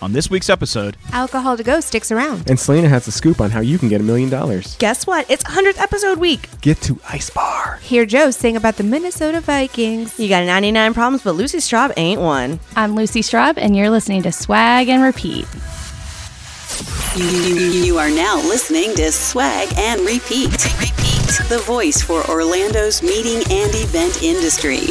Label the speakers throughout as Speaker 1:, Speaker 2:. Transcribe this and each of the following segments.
Speaker 1: on this week's episode.
Speaker 2: Alcohol to go sticks around.
Speaker 3: And Selena has a scoop on how you can get a million dollars.
Speaker 4: Guess what? It's 100th episode week.
Speaker 3: Get to Ice Bar.
Speaker 2: Hear Joe sing about the Minnesota Vikings.
Speaker 4: You got 99 problems, but Lucy Straub ain't one.
Speaker 5: I'm Lucy Straub, and you're listening to Swag and Repeat.
Speaker 6: You, you are now listening to Swag and Repeat. Repeat. The voice for Orlando's meeting and event industry.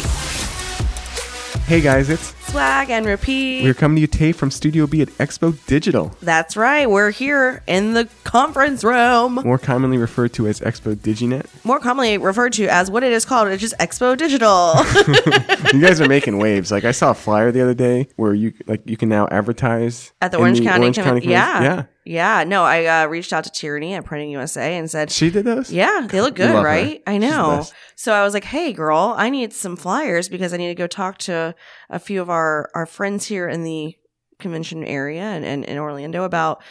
Speaker 3: Hey guys, it's
Speaker 4: Swag and repeat.
Speaker 3: we're coming to you today from Studio B at Expo Digital,
Speaker 4: That's right. We're here in the conference room,
Speaker 3: more commonly referred to as Expo DigiNet.
Speaker 4: more commonly referred to as what it is called, which is Expo Digital.
Speaker 3: You guys are making waves. Like I saw a flyer the other day where you like you can now advertise
Speaker 4: At the
Speaker 3: in
Speaker 4: Orange County,
Speaker 3: Orange
Speaker 4: Commi-
Speaker 3: County
Speaker 4: yeah,
Speaker 3: Commis- yeah.
Speaker 4: yeah. No, I uh, reached out to Tyranny at Printing USA and said,
Speaker 3: She did those.
Speaker 4: "Yeah, they look good,
Speaker 3: love her.
Speaker 4: right?" I
Speaker 3: She's the
Speaker 4: know.
Speaker 3: best.
Speaker 4: So I was like, "Hey, girl, I need some flyers because I need to go talk to a few of our our friends here in the convention area and, and in Orlando about."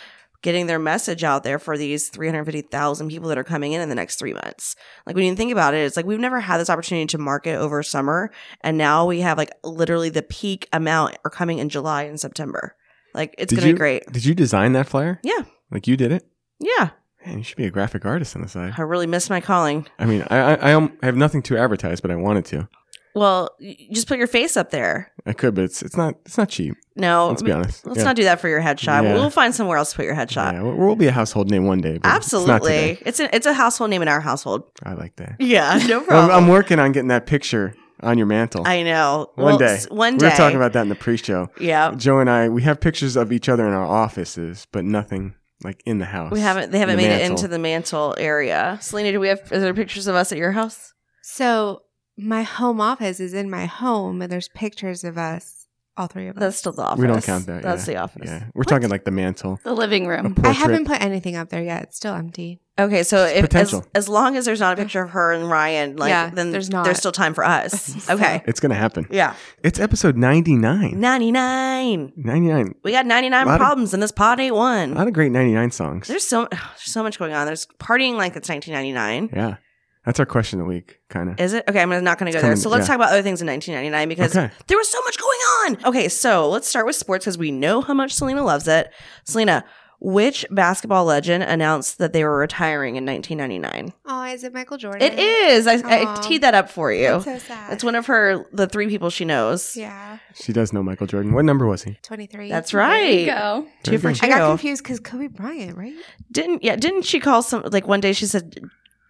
Speaker 4: Getting their message out there for these 350,000 people that are coming in in the next three months. Like, when you think about it, it's like we've never had this opportunity to market over summer. And now we have like literally the peak amount are coming in July and September. Like, it's
Speaker 3: Did
Speaker 4: going to
Speaker 3: you-
Speaker 4: be great.
Speaker 3: Did you design that flyer?
Speaker 4: Yeah.
Speaker 3: Like you did it.
Speaker 4: Yeah.
Speaker 3: Man, you should be a graphic artist on the side.
Speaker 4: I really missed my calling.
Speaker 3: I mean, I I, I, um, I have nothing to advertise, but I wanted to.
Speaker 4: Well, y- just put your face up there.
Speaker 3: I could, but it's it's not it's not cheap.
Speaker 4: No,
Speaker 3: Let's be honest.
Speaker 4: Oh, Let's
Speaker 3: Yeah.
Speaker 4: not do that for your headshot.
Speaker 3: Yeah.
Speaker 4: We'll find somewhere else to put your headshot.
Speaker 3: Yeah, we'll, we'll be a household name one day. But It's not
Speaker 4: Absolutely,
Speaker 3: today.
Speaker 4: it's, a it's a household name in our household.
Speaker 3: I like that.
Speaker 4: Yeah, no
Speaker 3: I'm,
Speaker 4: problem.
Speaker 3: I'm working on getting that picture on your mantle.
Speaker 4: I know.
Speaker 3: one
Speaker 4: Well,
Speaker 3: day.
Speaker 4: s- one
Speaker 3: We
Speaker 4: day.
Speaker 3: were talking about that in the pre-show.
Speaker 4: Yeah,
Speaker 3: Joe and I, we have pictures of each other in our offices, but nothing like in the house.
Speaker 4: we haven't. They haven't
Speaker 3: The
Speaker 4: made it
Speaker 3: mantle.
Speaker 4: into the mantle area. Selena, do we have? Is there pictures of us at your house?
Speaker 2: So my home office is in my home, and there's pictures of us, all three of us.
Speaker 4: That's still the office.
Speaker 3: We don't count that.
Speaker 4: That's
Speaker 3: yeah.
Speaker 4: the office.
Speaker 3: Yeah, we're talking like the mantle.
Speaker 5: The living
Speaker 3: a
Speaker 5: room.
Speaker 2: I
Speaker 3: portrait.
Speaker 2: haven't put anything up there yet. It's still empty.
Speaker 4: Okay, so
Speaker 3: It's
Speaker 4: if, as,
Speaker 3: potential.
Speaker 4: as long as there's not a picture of her and Ryan, like
Speaker 2: Yeah,
Speaker 4: then
Speaker 2: there's
Speaker 4: there's
Speaker 2: not.
Speaker 4: There's still time for us. Okay.
Speaker 3: It's gonna happen.
Speaker 4: yeah.
Speaker 3: It's episode 99.
Speaker 4: Ninety nine.
Speaker 3: 99.
Speaker 4: We got 99
Speaker 3: Lot of-
Speaker 4: problems and this pod ain't
Speaker 3: A
Speaker 4: one.
Speaker 3: lot of great 99 songs.
Speaker 4: There's so there's so much going on. There's partying like it's 1999.
Speaker 3: yeah, that's our question of the week, kind of.
Speaker 4: Is it? Okay, I'm not going to go
Speaker 3: It's
Speaker 4: there.
Speaker 3: coming-
Speaker 4: So let's
Speaker 3: yeah.
Speaker 4: talk about other things in 1999 because
Speaker 3: Okay.
Speaker 4: there was so much going on. Okay, so let's start with sports because we know how much Selena loves it. Selena, which basketball legend announced that they were retiring in 1999?
Speaker 2: Oh, is it Michael Jordan?
Speaker 4: It is. I, I
Speaker 2: Aw.
Speaker 4: teed that up for you.
Speaker 2: That's so sad.
Speaker 4: It's one of her, the three people she knows.
Speaker 2: Yeah,
Speaker 3: She does know Michael Jordan. What number was he?
Speaker 2: twenty three.
Speaker 4: That's
Speaker 5: There you
Speaker 4: right.
Speaker 5: go.
Speaker 4: Two for
Speaker 3: Very
Speaker 4: two.
Speaker 2: I got confused because Kobe Bryant, right?
Speaker 4: didn't yeah didn't she call some like one day she said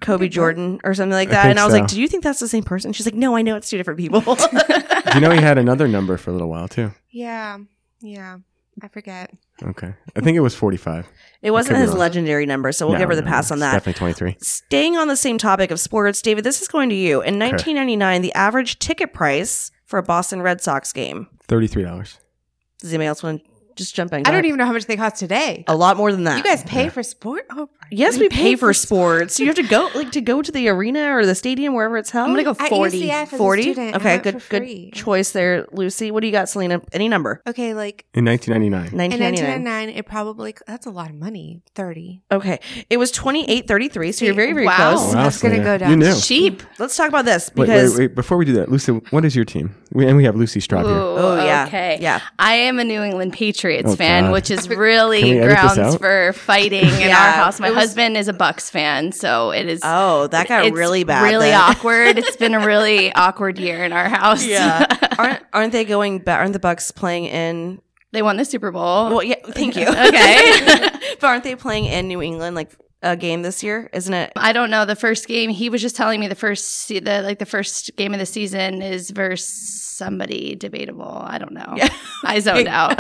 Speaker 4: Kobe
Speaker 2: Bryant?
Speaker 4: Jordan or something like
Speaker 3: I
Speaker 4: that
Speaker 3: think
Speaker 4: and I was like
Speaker 3: so.
Speaker 4: do you think that's the same person she's like no I know it's two different people
Speaker 3: Do you know he had another number for a little while too?
Speaker 2: Yeah, yeah. I forget.
Speaker 3: Okay, I think it was 45.
Speaker 4: it wasn't
Speaker 3: be
Speaker 4: his
Speaker 3: wrong.
Speaker 4: legendary number so we'll
Speaker 3: No,
Speaker 4: give her the
Speaker 3: no, no,
Speaker 4: pass on
Speaker 3: it's
Speaker 4: that
Speaker 3: Definitely 23.
Speaker 4: staying on the same topic of sports David this is going to you in 1999 the average ticket price for a Boston Red Sox game
Speaker 3: 33 dollars.
Speaker 4: does anybody else want to just jump in
Speaker 2: I don't even know how much they cost today.
Speaker 4: a lot more than that
Speaker 2: You guys pay for sport? Oh,
Speaker 4: yes
Speaker 2: you
Speaker 4: we pay for sports you have to go like to go to the arena or the stadium wherever it's held
Speaker 5: I'm gonna go
Speaker 2: At
Speaker 5: forty.
Speaker 2: UCF as a
Speaker 4: 40
Speaker 2: student, I
Speaker 4: okay
Speaker 2: went
Speaker 4: good
Speaker 2: for free.
Speaker 4: good choice there Lucy what do you got Selena any number
Speaker 2: Okay, like
Speaker 3: In 1999.
Speaker 2: in
Speaker 4: 1999
Speaker 2: 1999, it probably that's a lot of money. Thirty.
Speaker 4: Okay. It was 2833, so you're very, very
Speaker 5: Wow.
Speaker 4: close.
Speaker 2: Wow. That's gonna
Speaker 3: Selena.
Speaker 2: go down.
Speaker 3: You knew.
Speaker 5: Sheep.
Speaker 4: Let's talk about this
Speaker 3: Wait, wait,
Speaker 4: because
Speaker 3: wait. Before we do that, Lucy, what is your team? We, and we have Lucy Straub here.
Speaker 4: Oh, yeah.
Speaker 5: Okay.
Speaker 4: Yeah.
Speaker 5: I am a New England Patriots
Speaker 3: Oh,
Speaker 5: fan,
Speaker 3: God.
Speaker 5: which is
Speaker 3: Can
Speaker 5: really
Speaker 3: we edit this
Speaker 5: grounds
Speaker 3: out?
Speaker 5: for fighting in
Speaker 4: Yeah.
Speaker 5: our house. My
Speaker 4: It was-
Speaker 5: husband is a Bucks fan, so it is.
Speaker 4: Oh, that got
Speaker 5: it's
Speaker 4: really bad.
Speaker 5: Really
Speaker 4: then.
Speaker 5: awkward. It's been a really awkward year in our house.
Speaker 4: Yeah. aren't aren't they going back aren't the Bucks playing in
Speaker 5: they won the Super Bowl.
Speaker 4: Well, yeah, thank you.
Speaker 5: Okay.
Speaker 4: but aren't they playing in New England like a game this year? Isn't it?
Speaker 5: I don't know. The first game he was just telling me the first se- the like the first game of the season is versus somebody debatable. I don't know. I zoned out.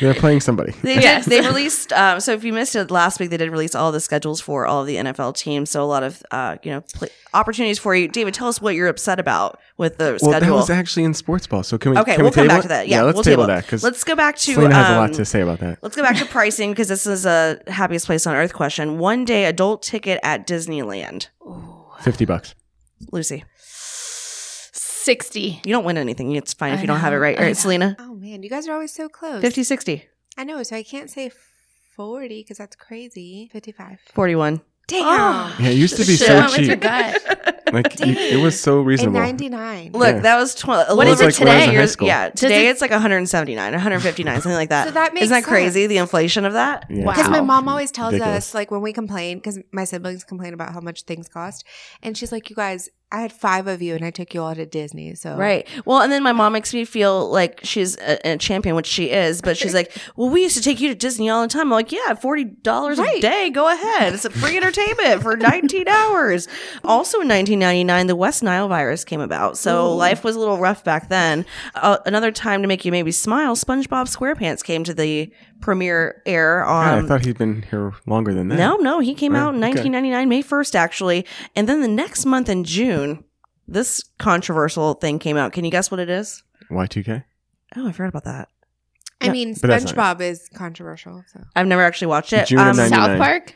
Speaker 3: They're playing somebody.
Speaker 4: They did-
Speaker 5: Yes.
Speaker 4: they released. Um, so if you missed it last week, they did release all the schedules for all of the NFL teams. So a lot of uh, you know pl- opportunities for you. David, tell us what you're upset about with the
Speaker 3: Well, that
Speaker 4: schedule.
Speaker 3: was actually in sports ball. So can we?
Speaker 4: okay,
Speaker 3: can
Speaker 4: we'll
Speaker 3: we
Speaker 4: come
Speaker 3: table
Speaker 4: back
Speaker 3: it?
Speaker 4: to that. Yeah,
Speaker 3: let's
Speaker 4: we'll
Speaker 3: table
Speaker 4: it.
Speaker 3: that because
Speaker 4: let's go back to
Speaker 3: Selena has a lot
Speaker 4: um,
Speaker 3: to say about that.
Speaker 4: Let's go back to pricing because this is a happiest place on earth question. One day adult ticket at Disneyland.
Speaker 3: Fifty bucks.
Speaker 4: Lucy,
Speaker 5: Sixty.
Speaker 4: you don't win anything. It's fine if
Speaker 5: I
Speaker 4: you don't have it
Speaker 5: know,
Speaker 4: right. All
Speaker 5: I
Speaker 4: right,
Speaker 5: know.
Speaker 4: Selena,
Speaker 2: Oh man, you guys are always so close.
Speaker 4: 50, 60,
Speaker 2: I know, so I can't say forty because that's crazy. Fifty-five. Ah.
Speaker 4: 41.
Speaker 2: Damn.
Speaker 4: Oh.
Speaker 3: Yeah, it used to be
Speaker 5: Shit
Speaker 3: so
Speaker 5: went with your
Speaker 3: cheap.
Speaker 5: gut.
Speaker 3: Like you, it was so
Speaker 2: In
Speaker 3: reasonable.
Speaker 2: 99.
Speaker 4: Look,
Speaker 3: Yeah.
Speaker 4: that was twelve.
Speaker 5: What
Speaker 3: Well,
Speaker 5: is it
Speaker 3: it's like when I was in
Speaker 5: today?
Speaker 3: high
Speaker 5: You're-
Speaker 3: school.
Speaker 4: Yeah,
Speaker 5: Does
Speaker 4: today
Speaker 5: it-
Speaker 4: it's like 179, 159, something like that.
Speaker 2: So that makes
Speaker 4: Isn't that crazy?
Speaker 2: sense.
Speaker 4: The inflation of that.
Speaker 3: Yeah.
Speaker 5: Wow.
Speaker 2: Because my mom always tells
Speaker 3: Ridiculous.
Speaker 2: us, like, when we complain, because my siblings complain about how much things cost. And she's like, you guys, I had five of you and I took you all to Disney. So,
Speaker 4: Right. Well, and then my mom makes me feel like she's a, a champion, which she is. But she's like, "Well, we used to take you to Disney all the time." I'm like, "Yeah, forty dollars a
Speaker 2: Right.
Speaker 4: day. Go ahead. It's a free entertainment for 19 hours." Also, in 1999, the West Nile virus came about, so life was a little rough back then. Uh, another time to make you maybe smile. SpongeBob SquarePants came to the premiere air
Speaker 3: God,
Speaker 4: on
Speaker 3: I thought he'd been here longer than that.
Speaker 4: um, No, no, he came
Speaker 3: Oh,
Speaker 4: out in
Speaker 3: okay.
Speaker 4: 1999, May 1st, actually. And then the next month in June, this controversial thing came out. Can you guess what it is?
Speaker 3: Y2K.
Speaker 4: Oh, I forgot about that.
Speaker 2: I
Speaker 4: Yeah.
Speaker 2: mean,
Speaker 3: But that's
Speaker 2: SpongeBob is controversial. So,
Speaker 4: I've never actually watched it. Um,
Speaker 3: June of 99.
Speaker 5: South Park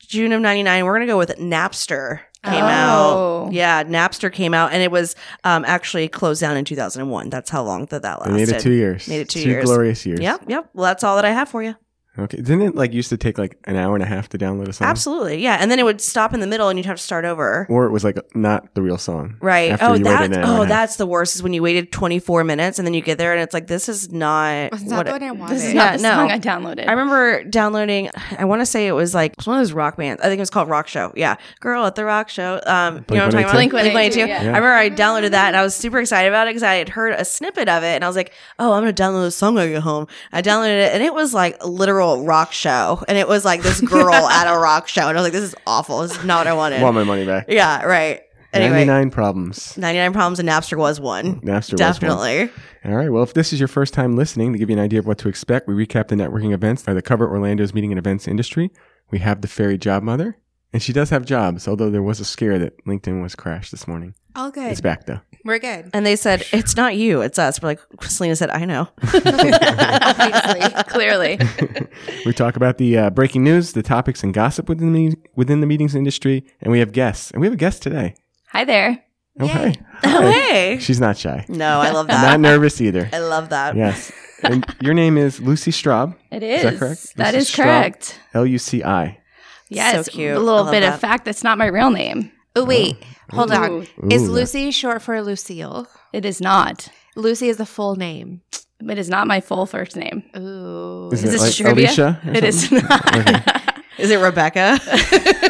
Speaker 4: June of 99. We're going to go with Napster came
Speaker 5: Oh.
Speaker 4: out. Yeah, Napster came out, and it was um, actually closed down in 2001. That's how long that, that
Speaker 3: They
Speaker 4: lasted.
Speaker 3: made it two years.
Speaker 4: Made it two
Speaker 3: two
Speaker 4: years.
Speaker 3: glorious years.
Speaker 4: Yep, yep. Well, that's all that I have for you.
Speaker 3: Okay. Didn't it like used to take like an hour and a half to download a song?
Speaker 4: Absolutely. Yeah. And then it would stop in the middle, and you'd have to start over.
Speaker 3: Or it was like not the real song.
Speaker 4: Right.
Speaker 3: After
Speaker 4: oh,
Speaker 3: you waited
Speaker 4: that's
Speaker 3: an hour
Speaker 4: oh,
Speaker 3: and a half.
Speaker 4: that's the worst. Is when you waited 24 minutes and then you get there and it's like this is not.
Speaker 2: it's not
Speaker 4: what
Speaker 2: what,
Speaker 4: it-
Speaker 2: I wanted.
Speaker 5: This is
Speaker 4: Yeah,
Speaker 5: not the
Speaker 4: no.
Speaker 5: song I downloaded.
Speaker 4: I remember downloading. I want to say it was like it was one of those rock bands. I think it was called Rock Show. Yeah, Girl at the Rock Show. Um, you know what I'm talking about?
Speaker 5: Blink-182.
Speaker 4: Blink-182.
Speaker 5: Yeah.
Speaker 4: I remember I downloaded that and I was super excited about it because I had heard a snippet of it and I was like, "Oh, I'm gonna download this song when I get home." I downloaded it and it was like a literal rock show and it was like this girl at a rock show and I was like, "This is awful. This is not what I wanted."
Speaker 3: Want my money back.
Speaker 4: yeah. Right. Anyway.
Speaker 3: 99 problems.
Speaker 4: 99 Problems and Napster was one.
Speaker 3: Napster was
Speaker 4: Definitely.
Speaker 3: All right. Well, if this is your first time listening, to give you an idea of what to expect, we recap the networking events by the cover Orlando's meeting and events industry. We have the fairy job mother, and she does have jobs, although there was a scare that LinkedIn was crashed this morning.
Speaker 2: All good.
Speaker 3: It's back though.
Speaker 2: We're good.
Speaker 4: And they said, it's not you, it's us. We're like, Selena said, I know.
Speaker 5: obviously, clearly.
Speaker 3: we talk about the uh, breaking news, the topics and gossip within the me- within the meetings industry, and we have guests. And we have a guest today.
Speaker 5: Hi there.
Speaker 3: Okay.
Speaker 4: Oh, hey.
Speaker 3: She's not shy.
Speaker 4: No, I love that.
Speaker 3: Not nervous either.
Speaker 4: I love that.
Speaker 3: Yes. And your name is Lucy Straub.
Speaker 5: It
Speaker 3: Is
Speaker 5: is.
Speaker 3: that correct?
Speaker 5: That
Speaker 3: This
Speaker 5: is
Speaker 3: is Straub.
Speaker 5: correct.
Speaker 3: L U C I.
Speaker 5: Yes,
Speaker 4: So cute.
Speaker 5: a
Speaker 4: I
Speaker 5: little
Speaker 4: love
Speaker 5: bit
Speaker 4: that.
Speaker 5: of fact that's not my real name.
Speaker 2: Oh, wait. Hold on.
Speaker 5: Ooh.
Speaker 2: Is
Speaker 3: Ooh.
Speaker 2: Lucy short for Lucille?
Speaker 5: It is not.
Speaker 2: Lucy is a full name.
Speaker 5: It is not my full first name.
Speaker 2: Ooh.
Speaker 3: Is,
Speaker 5: Is
Speaker 3: it
Speaker 5: this
Speaker 3: like
Speaker 5: trivia?
Speaker 3: Alicia? or
Speaker 5: It is
Speaker 3: something?
Speaker 5: not.
Speaker 4: Is it Rebecca?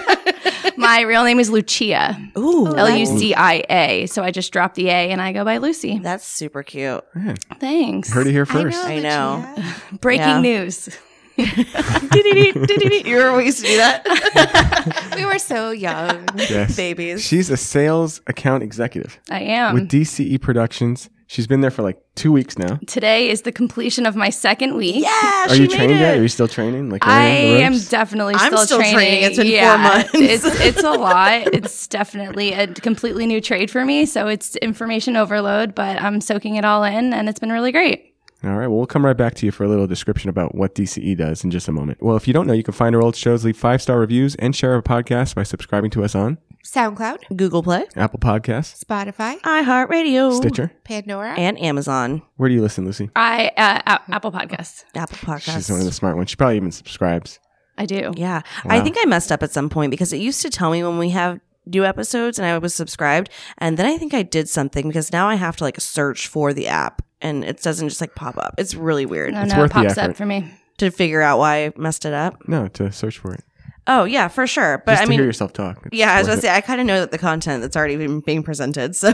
Speaker 5: my real name is Lucia.
Speaker 4: Ooh.
Speaker 5: L U C I A. So I just dropped the A and I go by Lucy.
Speaker 4: That's super cute.
Speaker 3: Man,
Speaker 5: Thanks.
Speaker 3: heard it here first.
Speaker 4: I know.
Speaker 2: Lucia.
Speaker 5: Breaking
Speaker 4: Yeah.
Speaker 5: news.
Speaker 4: Diddy-dee, diddy-dee. you remember we used to do that?
Speaker 2: we were so young.
Speaker 3: Yes.
Speaker 4: Babies. Um.
Speaker 3: She's a sales account executive
Speaker 5: I am.
Speaker 3: with DCE Productions. She's been there for like two weeks now.
Speaker 5: Today is the completion of my second week.
Speaker 4: yeah,
Speaker 3: Are
Speaker 4: she
Speaker 3: you
Speaker 4: made
Speaker 3: trained
Speaker 4: it.
Speaker 3: yet? Are you still training? Like
Speaker 5: I
Speaker 3: learning the
Speaker 5: am
Speaker 3: ropes?
Speaker 5: definitely
Speaker 4: I'm
Speaker 5: still,
Speaker 4: still
Speaker 5: training.
Speaker 4: training. It's been four months.
Speaker 5: it's it's a lot. It's definitely a completely new trade for me, so it's information overload, but I'm soaking it all in and it's been really great.
Speaker 3: All right. Well, we'll come right back to you for a little description about what DCE does in just a moment. Well, if you don't know, you can find our old shows, leave five star reviews, and share our podcast by subscribing to us on
Speaker 2: SoundCloud,
Speaker 4: Google Play,
Speaker 3: Apple Podcasts,
Speaker 2: Spotify,
Speaker 4: iHeartRadio,
Speaker 3: Stitcher.
Speaker 2: Pandora.
Speaker 4: Uh, and Amazon,
Speaker 3: Where do you listen, Lucy?
Speaker 5: I uh, a- Apple Podcasts.
Speaker 4: Apple Podcasts.
Speaker 3: She's one of the smart ones. She probably even subscribes.
Speaker 5: I do.
Speaker 4: Yeah. I
Speaker 3: Wow.
Speaker 4: think I messed up at some point because it used to tell me when we have new episodes and I was subscribed. And then I think I did something because now I have to like search for the app and it doesn't just like pop up. It's really weird
Speaker 5: No,
Speaker 3: It's
Speaker 5: no, it
Speaker 3: worth the
Speaker 5: pops
Speaker 3: effort.
Speaker 5: up for me.
Speaker 4: to figure out why I messed it up.
Speaker 3: No, to search for it.
Speaker 4: Oh, yeah, for sure. But
Speaker 3: Just
Speaker 4: I
Speaker 3: to
Speaker 4: mean,
Speaker 3: hear yourself talk. It's
Speaker 4: yeah, I
Speaker 3: worth
Speaker 4: was going to
Speaker 3: it.
Speaker 4: say, I kind of know that the content that's already been being presented. So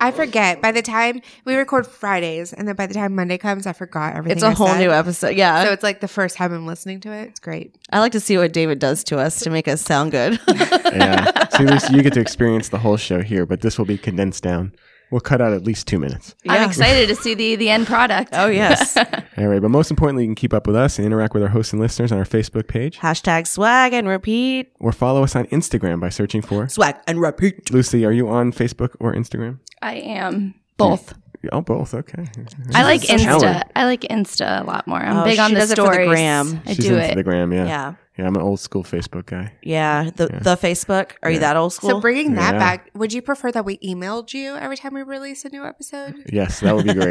Speaker 2: I forget. By the time we record Fridays, and then by the time Monday comes, I forgot everything.
Speaker 4: it's a
Speaker 2: I
Speaker 4: whole
Speaker 2: said.
Speaker 4: new episode. Yeah.
Speaker 2: So it's like the first time I'm listening to it. It's great.
Speaker 4: I like to see what David does to us to make us sound good.
Speaker 3: yeah. See, Lucy, you get to experience the whole show here, but this will be condensed down. We'll cut out at least two minutes.
Speaker 5: I'm excited to see the the end product.
Speaker 4: oh, yes.
Speaker 3: All right. But most importantly, you can keep up with us and interact with our hosts and listeners on our Facebook page
Speaker 4: Hashtag swag and repeat.
Speaker 3: or follow us on Instagram by searching for.
Speaker 4: Swag and repeat.
Speaker 3: Lucy, are you on Facebook or Instagram?
Speaker 5: I am both.
Speaker 3: Oh, both. Okay.
Speaker 5: I like
Speaker 3: She's a
Speaker 5: Insta.
Speaker 3: coward.
Speaker 5: I like Insta a lot more. I'm
Speaker 4: Oh,
Speaker 5: big
Speaker 4: she
Speaker 5: on the
Speaker 4: does it for the
Speaker 5: stories.
Speaker 4: gram.
Speaker 5: I
Speaker 3: She's
Speaker 5: do
Speaker 3: into
Speaker 5: it.
Speaker 3: the gram, yeah.
Speaker 4: Yeah.
Speaker 3: Yeah, I'm an old school Facebook guy.
Speaker 4: Yeah, the
Speaker 3: Yeah.
Speaker 4: the Facebook. Are
Speaker 3: Yeah.
Speaker 4: you that old school?
Speaker 2: So bringing that
Speaker 3: Yeah.
Speaker 2: back, would you prefer that we emailed you every time we release a new episode?
Speaker 3: Yes, that would be great.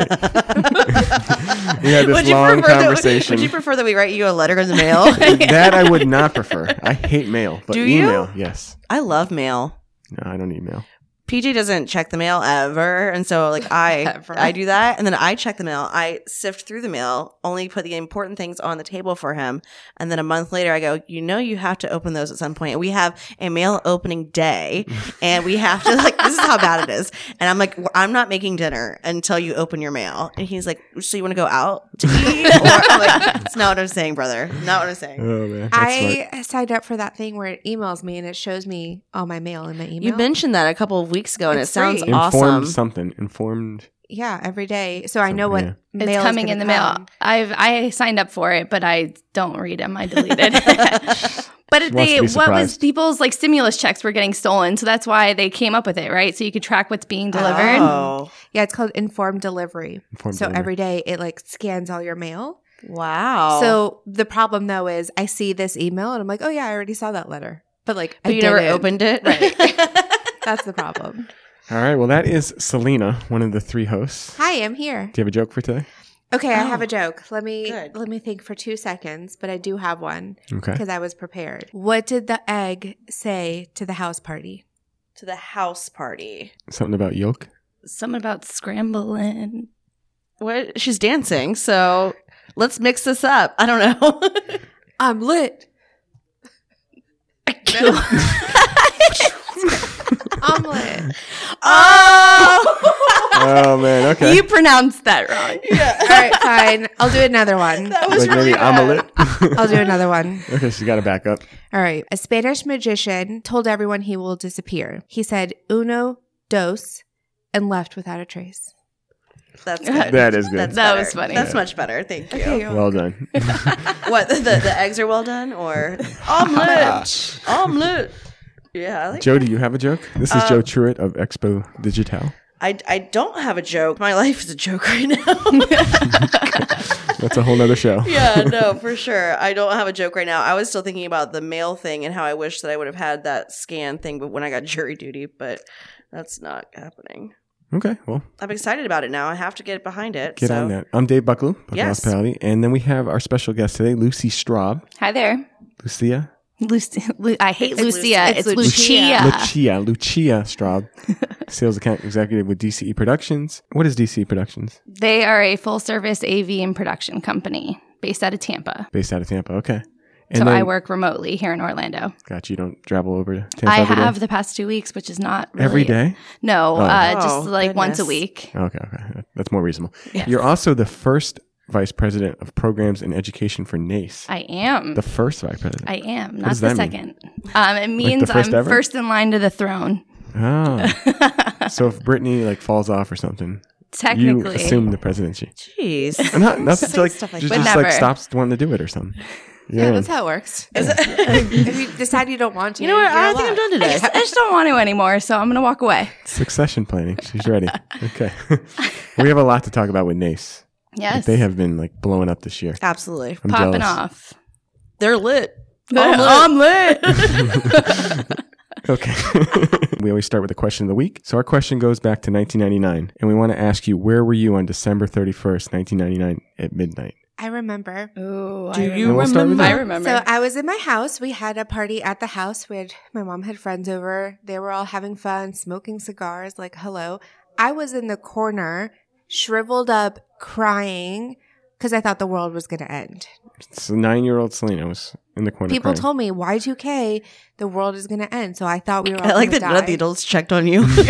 Speaker 3: we had this
Speaker 4: Would you
Speaker 3: long
Speaker 4: prefer that-
Speaker 3: conversation.
Speaker 4: would you prefer that we write you a letter in the mail?
Speaker 3: that I would not prefer. I hate mail, but
Speaker 4: Do you?
Speaker 3: email, yes.
Speaker 4: I love mail.
Speaker 3: No, I don't email.
Speaker 4: PJ doesn't check the mail ever, and so like I,
Speaker 5: Ever.
Speaker 4: I do that, and then I check the mail. I sift through the mail, only put the important things on the table for him, and then a month later I go, you know, you have to open those at some point. And we have a mail opening day, and we have to like this is how bad it is. And I'm like, well, I'm not making dinner until you open your mail, and he's like, so you want to go out to eat? Or, I'm like, it's not what I'm saying, brother. Not what I'm saying.
Speaker 3: Oh man, that's smart.
Speaker 2: I signed up for that thing where it emails me and it shows me all my mail in my email.
Speaker 4: You mentioned that a couple of weeks ago, and
Speaker 2: It's
Speaker 4: it sounds
Speaker 2: free.
Speaker 3: informed
Speaker 4: awesome.
Speaker 3: something. Informed.
Speaker 2: yeah, every day, so I
Speaker 3: Some-
Speaker 2: know what
Speaker 3: yeah.
Speaker 5: It's
Speaker 2: mail is
Speaker 5: coming
Speaker 2: gonna
Speaker 5: in the
Speaker 2: come.
Speaker 5: mail. I've I signed up for it, but I don't read them. I delete it. but
Speaker 3: wants
Speaker 5: they
Speaker 3: to be
Speaker 5: what was
Speaker 3: surprised.
Speaker 5: people's like stimulus checks were getting stolen, so that's why they came up with it, right? So you could track what's being delivered.
Speaker 4: Oh,
Speaker 2: Yeah, it's called informed delivery.
Speaker 3: Informed
Speaker 2: so
Speaker 3: delivery.
Speaker 2: every day it like scans all your mail.
Speaker 4: wow.
Speaker 2: So the problem though is I see this email and I'm like, oh yeah, I already saw that letter, but like
Speaker 4: But
Speaker 2: I
Speaker 4: you never
Speaker 2: didn't.
Speaker 4: opened it,
Speaker 2: That's the problem.
Speaker 3: All right. Well, that is Selena, one of the three hosts.
Speaker 2: Hi, I'm here.
Speaker 3: Do you have a joke for today?
Speaker 2: Okay, I have
Speaker 4: Oh.
Speaker 2: a joke. Let me
Speaker 4: Good.
Speaker 2: let me think for two seconds, but I do have one
Speaker 3: Okay.
Speaker 2: because I was prepared. What did the egg say to the house party?
Speaker 4: to the house party.
Speaker 3: Something about yolk.
Speaker 5: Something about scrambling.
Speaker 4: What? She's dancing, so let's mix this up. I don't know.
Speaker 2: I'm lit. I'm lit.
Speaker 4: oh,
Speaker 3: Oh man. Okay.
Speaker 5: You pronounced that wrong.
Speaker 2: All right, fine. I'll do another one.
Speaker 3: like maybe omelet.
Speaker 2: I'll do another one.
Speaker 3: okay, she got to back up.
Speaker 2: All right. A Spanish magician told everyone he will disappear. He said uno, dos, and left without a trace.
Speaker 4: that's
Speaker 5: good.
Speaker 3: That is good.
Speaker 5: That was funny.
Speaker 4: That's
Speaker 3: Yeah.
Speaker 4: much better. Thank you.
Speaker 3: Well done.
Speaker 4: What? The, the eggs are well done, or omelet? omelet. Yeah, I like.
Speaker 3: Joe, do you have a joke? This is Joe Truitt of Expo Digital.
Speaker 4: I I don't have a joke. My life is a joke right now.
Speaker 3: That's a whole nother show.
Speaker 4: yeah, no, for sure. I don't have a joke right now. I was still thinking about the mail thing and how I wish that I would have had that scan thing, but when I got jury duty, but that's not happening.
Speaker 3: Okay. Well,
Speaker 4: I'm excited about it now. I have to get behind it.
Speaker 3: get
Speaker 4: so.
Speaker 3: on that. I'm Dave Bucklew, Bucklew
Speaker 4: Yes.
Speaker 3: Hospitality, and then we have our special guest today, Lucy Straub.
Speaker 5: Hi there.
Speaker 3: Lucia.
Speaker 5: Lucy, Lu- I hate
Speaker 4: It's
Speaker 5: Lucia.
Speaker 4: Lucia.
Speaker 5: It's,
Speaker 2: It's
Speaker 5: Lucia.
Speaker 3: Lucia, Lucia Straub, sales account executive with DCE Productions. What is DCE Productions?
Speaker 5: They are a full service AV and production company based out of Tampa.
Speaker 3: Based out of Tampa. Okay. And
Speaker 5: So
Speaker 3: then-
Speaker 5: I work remotely here in Orlando.
Speaker 3: Gotcha. You don't travel over to Tampa
Speaker 5: I
Speaker 3: every day?
Speaker 5: have the past two weeks, which is not really
Speaker 3: every day.
Speaker 5: No,
Speaker 3: Oh.
Speaker 5: uh,
Speaker 4: Oh,
Speaker 5: just like once a
Speaker 4: goodness.
Speaker 5: week.
Speaker 3: Okay. Okay. That's more reasonable.
Speaker 5: Yes.
Speaker 3: You're also the first vice president of programs and education for NACE.
Speaker 5: I am.
Speaker 3: E. the first vice president.
Speaker 5: I am, not
Speaker 3: does
Speaker 5: the
Speaker 3: that mean?
Speaker 5: second. Um, it means
Speaker 3: first
Speaker 5: I'm
Speaker 3: ever?
Speaker 5: first in line to the throne.
Speaker 3: oh. so if Brittany like falls off or something, you
Speaker 5: Technically.
Speaker 3: assume the presidency.
Speaker 4: Jeez.
Speaker 3: Not nothing
Speaker 4: Say
Speaker 3: like,
Speaker 4: stuff like
Speaker 3: just,
Speaker 5: that.
Speaker 3: just
Speaker 5: But
Speaker 3: like
Speaker 5: never.
Speaker 3: stops wanting to do it or something.
Speaker 2: Yeah,
Speaker 3: Yeah.
Speaker 2: that's how it works. if you decide you don't want to,
Speaker 4: you know
Speaker 2: you're
Speaker 4: what? I think I'm
Speaker 2: allowed.
Speaker 4: done
Speaker 5: I
Speaker 4: today.
Speaker 5: just, I just don't want to anymore, so I'm going to walk away.
Speaker 3: Succession planning. She's ready. Okay. we have a lot to talk about with NACE. Like,
Speaker 5: Yes.
Speaker 3: they have been like blowing up this year.
Speaker 4: Absolutely.
Speaker 3: I'm
Speaker 5: popping
Speaker 3: jealous.
Speaker 5: off.
Speaker 4: They're lit.
Speaker 5: I'm lit.
Speaker 3: Okay. we always start with the question of the week. So our question goes back to 1999, and we want to ask you, where were you on December 31st, 1999, at midnight?
Speaker 2: I remember.
Speaker 5: Ooh,
Speaker 4: Do
Speaker 5: I
Speaker 4: you
Speaker 3: And we'll start with
Speaker 5: remember.
Speaker 4: remember?
Speaker 5: I
Speaker 3: that.
Speaker 5: remember.
Speaker 2: So I was in my house. We had a party at the house. We had my mom had friends over. They were all having fun, smoking cigars. Like hello, I was in the corner, shriveled up, crying because I thought the world was going to end.
Speaker 3: So nine-year-old Selena was in the corner.
Speaker 2: People
Speaker 3: crying.
Speaker 2: told me Y2K, the world is going to end. So I thought we were. All
Speaker 4: I like
Speaker 2: gonna
Speaker 4: that none of
Speaker 2: die.
Speaker 4: the adults checked on you.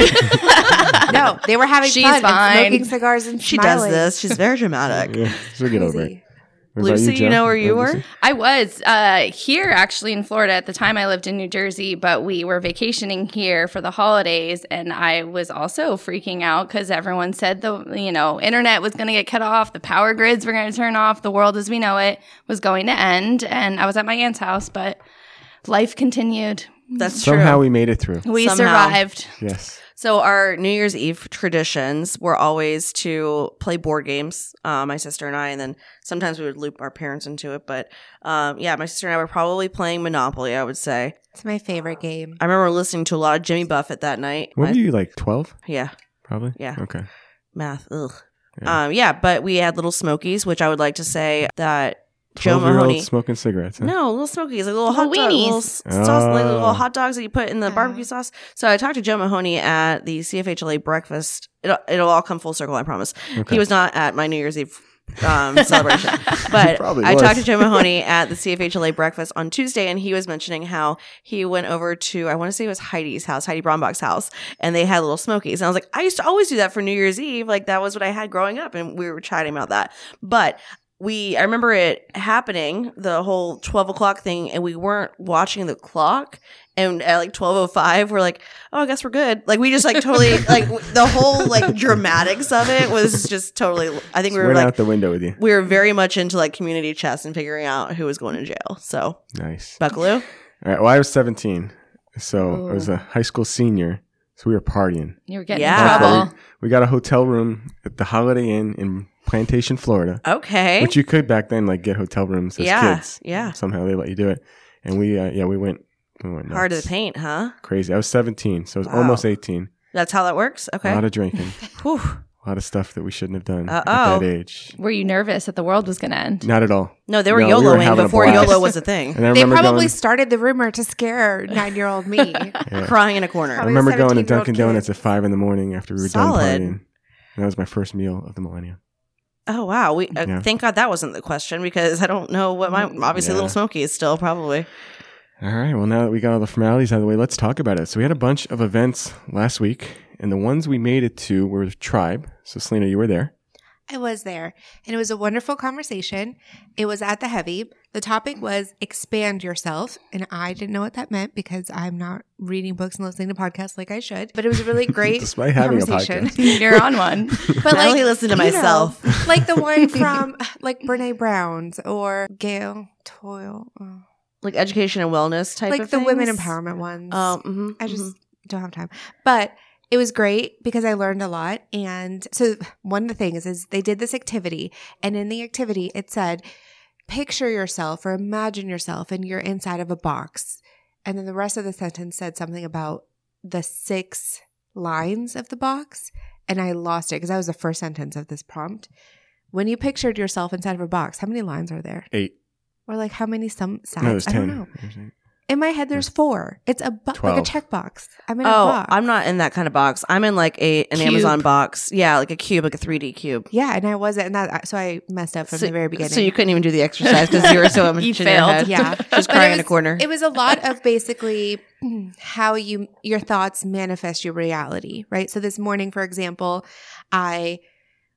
Speaker 2: No, they were having
Speaker 5: She's
Speaker 2: fun
Speaker 5: fine.
Speaker 2: and smoking cigars and
Speaker 4: she does
Speaker 2: smiling.
Speaker 4: this. She's very dramatic.
Speaker 3: Yeah, she'll get over it.
Speaker 2: Crazy.
Speaker 3: What about
Speaker 4: Lucy, you
Speaker 3: Joe?
Speaker 4: know where you
Speaker 3: Lucy?
Speaker 4: were?
Speaker 5: I was uh, here actually in Florida at the time. I lived in New Jersey, but we were vacationing here for the holidays, and I was also freaking out because everyone said the you know internet was going to get cut off, the power grids were going to turn off, the world as we know it was going to end, and I was at my aunt's house, but life continued.
Speaker 4: That's
Speaker 3: Somehow
Speaker 4: true.
Speaker 3: we made it through.
Speaker 5: We
Speaker 4: Somehow.
Speaker 5: survived.
Speaker 3: Yes.
Speaker 4: So our New Year's Eve traditions were always to play board games, uh, my sister and I, and then sometimes we would loop our parents into it. But um, yeah, my sister and I were probably playing Monopoly. I would say
Speaker 2: It's my favorite game.
Speaker 4: I remember listening to a lot of Jimmy Buffett that night.
Speaker 3: What
Speaker 4: My-
Speaker 3: were you like? Twelve,
Speaker 4: yeah,
Speaker 3: probably.
Speaker 4: Yeah.
Speaker 3: Okay.
Speaker 4: math. Ugh.
Speaker 3: Yeah.
Speaker 4: Um, yeah, but we had little Smokies, which I would like to say that Joe Mahoney.
Speaker 3: Twelve-year-old smoking cigarettes. Huh?
Speaker 4: No, little smokies, like little hot
Speaker 5: Little
Speaker 4: dogs,
Speaker 5: weenies. Uh-huh.
Speaker 4: little s- sauce, like
Speaker 3: Oh.
Speaker 4: little hot dogs that you put in the
Speaker 2: Oh.
Speaker 4: barbecue sauce. So I talked to Joe Mahoney at the CFHLA breakfast. It'll, it'll all come full circle, I promise.
Speaker 3: Okay.
Speaker 4: He was not at my New Year's Eve um, celebration,
Speaker 3: He
Speaker 4: but
Speaker 3: probably
Speaker 4: I
Speaker 3: was.
Speaker 4: talked to Joe Mahoney at the CFHLA breakfast on Tuesday, and he was mentioning how he went over to I want to say it was Heidi's house, Heidi Brombach's house, and they had little smokies. And I was like, I used to always do that for New Year's Eve, like that was what I had growing up, and we were chatting about that. But we I remember it happening, the whole twelve o'clock thing, and we weren't watching the clock. And at like twelve oh five, we're like, oh, I guess we're good. Like we just like totally like w- the whole like dramatics of it was just totally. I think we were
Speaker 3: Went
Speaker 4: like
Speaker 3: out the window with you.
Speaker 4: we were very much into like community chess and figuring out who was going to jail. So
Speaker 3: Nice.
Speaker 4: Buckaloo,
Speaker 3: All right. Well, I was seventeen, so I was
Speaker 4: Ooh.
Speaker 3: a high school senior. So we were partying.
Speaker 5: You were getting
Speaker 4: Yeah.
Speaker 5: in trouble.
Speaker 3: We got a hotel room at the Holiday Inn in Plantation, Florida.
Speaker 4: okay,
Speaker 3: Which you could back then, like get hotel rooms as
Speaker 4: Yeah,
Speaker 3: kids.
Speaker 4: yeah.
Speaker 3: Somehow they let you do it, and we uh, yeah we went we went
Speaker 4: hard to
Speaker 3: nuts.
Speaker 4: the paint, huh?
Speaker 3: Crazy. I was 17, so I was
Speaker 4: Wow.
Speaker 3: almost 18.
Speaker 4: That's how that works. Okay,
Speaker 3: A lot of drinking,
Speaker 4: Whew.
Speaker 3: a lot of stuff that we shouldn't have done
Speaker 4: Uh-oh.
Speaker 3: at that age.
Speaker 5: Were you nervous that the world was going to end?
Speaker 3: Not at all.
Speaker 4: no, they were
Speaker 3: No, we were
Speaker 4: YOLOing
Speaker 3: having a
Speaker 4: before
Speaker 3: blast.
Speaker 4: YOLO was a thing.
Speaker 3: And I
Speaker 2: They
Speaker 3: remember
Speaker 2: probably
Speaker 3: going,
Speaker 2: started the rumor to scare nine year old me.
Speaker 3: yeah.
Speaker 4: Crying in a corner.
Speaker 2: was
Speaker 3: I
Speaker 2: a
Speaker 3: remember going to
Speaker 2: 17-year-old
Speaker 3: Dunkin' Donuts
Speaker 2: kid.
Speaker 3: at five in the morning after we were
Speaker 4: Solid.
Speaker 3: done partying. And that was my first meal of the millennium.
Speaker 4: Oh wow! We uh,
Speaker 3: Yeah. Mm-hmm.
Speaker 4: thank God that wasn't the question because I don't know what my obviously
Speaker 3: Yeah.
Speaker 4: Little Smoky is still probably.
Speaker 3: All right. Well, now that we got all the formalities out of the way, let's talk about it. So we had a bunch of events last week, and the ones we made it to were Tribe. So Selena, you were there.
Speaker 2: I was there, and it was a wonderful conversation. It was at the heavy. The topic was expand yourself, and I didn't know what that meant because I'm not reading books and listening to podcasts like I should. But it was a really great
Speaker 3: Despite having a
Speaker 2: conversation.
Speaker 3: podcast.
Speaker 5: You're on one.
Speaker 2: but
Speaker 4: I only listen to
Speaker 2: you know,
Speaker 4: myself.
Speaker 2: like the one from like Brene Brown's or Gail Toil, oh,
Speaker 4: like education and wellness type.
Speaker 2: like
Speaker 4: of
Speaker 2: the women
Speaker 4: things.
Speaker 2: empowerment ones.
Speaker 4: Um, mhm,
Speaker 2: I
Speaker 3: Mm-hmm.
Speaker 4: mhm.
Speaker 2: just don't have time. But it was great because I learned a lot. And so one of the things is they did this activity, and in the activity it said, picture yourself or imagine yourself and you're inside of a box. And then the rest of the sentence said something about the six lines of the box. And I lost it because that was the first sentence of this prompt. When you pictured yourself inside of a box, how many lines are there?
Speaker 3: Eight.
Speaker 2: Or like how many some sides?
Speaker 3: No, it was
Speaker 2: I
Speaker 3: 10.
Speaker 2: don't know. In my head, there's four. It's a bo- like a
Speaker 3: Twelve.
Speaker 2: checkbox. I'm in a
Speaker 4: Oh,
Speaker 2: box.
Speaker 4: I'm not in that kind of box. I'm in like a an
Speaker 5: Cube.
Speaker 4: Amazon box. Yeah, like a cube, like a 3D cube.
Speaker 2: Yeah, and I wasn't, and that so I messed up from the very beginning.
Speaker 4: So you couldn't even do the exercise because you were so much
Speaker 5: You
Speaker 4: in your
Speaker 5: failed.
Speaker 4: head.
Speaker 2: yeah,
Speaker 4: Just
Speaker 2: But it
Speaker 4: crying in a
Speaker 2: was-
Speaker 4: corner.
Speaker 2: It was a lot of basically how you your thoughts manifest your reality, right? So this morning, for example, I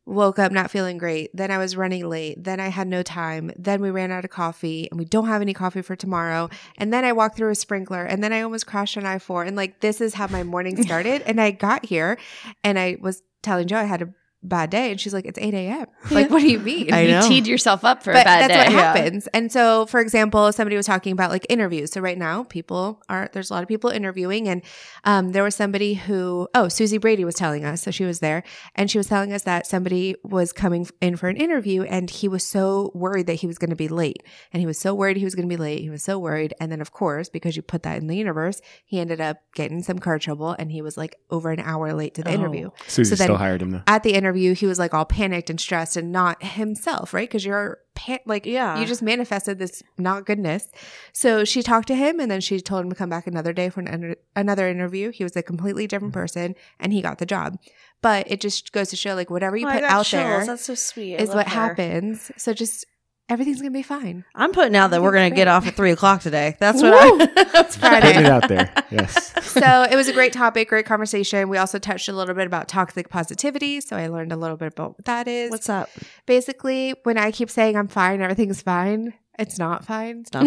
Speaker 2: woke up not feeling great. Then I was running late. Then I had no time. Then we ran out of coffee, and we don't have any coffee for tomorrow. And then I walked through a sprinkler, and then I almost crashed on I four. And like this is how my morning started. and I got here, and I was telling Joe I had a bad day, and she's like, "It's eight a.m." Like, what do you mean?
Speaker 4: I
Speaker 5: you
Speaker 4: know.
Speaker 5: teed yourself up for a
Speaker 2: but
Speaker 5: bad
Speaker 2: that's what
Speaker 5: day.
Speaker 4: Yeah.
Speaker 2: happens. And so, for example, somebody was talking about like interviews. So right now, people are there's a lot of people interviewing, and um, there was somebody who oh Susie Brady was telling us, so she was there, and she was telling us that somebody was coming in for an interview, and he was so worried that he was going to be late, and he was so worried he was going to be late, he was so worried, and then of course because you put that in the universe, he ended up getting some car trouble, and he was like over an hour late to the
Speaker 4: Oh.
Speaker 2: interview
Speaker 3: Susie
Speaker 2: So then-
Speaker 3: still hired him though.
Speaker 2: at the interview he was like all panicked and stressed and not himself right because you're pan- like
Speaker 4: Yeah.
Speaker 2: you just manifested this not goodness so she talked to him and then she told him to come back another day for an under- another interview he was a completely different
Speaker 4: Mm-hmm.
Speaker 2: person and he got the job but it just goes to show like whatever you
Speaker 4: Oh, I
Speaker 2: put
Speaker 4: got
Speaker 2: out
Speaker 4: chills.
Speaker 2: there
Speaker 4: That's so sweet. I
Speaker 2: is
Speaker 4: love
Speaker 2: what
Speaker 4: her.
Speaker 2: happens so just everything's gonna be fine
Speaker 4: I'm putting out that we're gonna get off at three o'clock today. That's what.
Speaker 2: Woo!
Speaker 4: I, that's
Speaker 2: Friday.
Speaker 3: Put it out there. Yes.
Speaker 2: so it was a great topic great conversation we also touched a little bit about toxic positivity so i learned a little bit about what that is
Speaker 4: What's up?
Speaker 2: basically when I keep saying I'm fine, everything's fine, it's not fine.
Speaker 4: It's not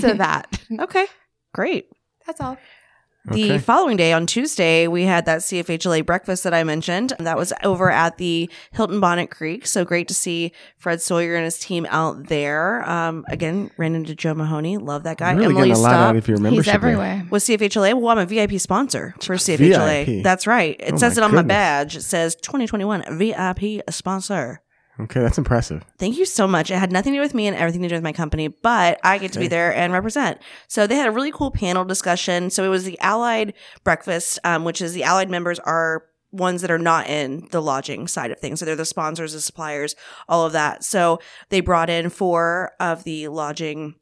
Speaker 2: so that
Speaker 4: okay, great.
Speaker 2: that's all.
Speaker 3: Okay.
Speaker 4: The following day on Tuesday, we had that CFHLA breakfast that I mentioned. That was over at the Hilton Bonnet Creek. So great to see Fred Sawyer and his team out there. Um, again, ran into Joe Mahoney. Love that guy.
Speaker 3: You're really
Speaker 4: Emily
Speaker 3: getting a lot out
Speaker 4: Stubb
Speaker 3: of your membership.
Speaker 5: He's
Speaker 3: there.
Speaker 5: everywhere.
Speaker 4: was CFHLA. Well, I'm a VIP sponsor for CFHLA.
Speaker 3: VIP.
Speaker 4: That's right. It
Speaker 3: Oh
Speaker 4: says
Speaker 3: my
Speaker 4: it on my
Speaker 3: goodness.
Speaker 4: badge. It says 2021 VIP sponsor.
Speaker 3: Okay, that's impressive.
Speaker 4: Thank you so much. It had nothing to do with me and everything to do with my company, but I get to be
Speaker 3: Okay.
Speaker 4: there and represent. So they had a really cool panel discussion. So it was the Allied breakfast, um, which is the Allied members are ones that are not in the lodging side of things. So they're the sponsors, the suppliers, all of that. So they brought in four of the lodging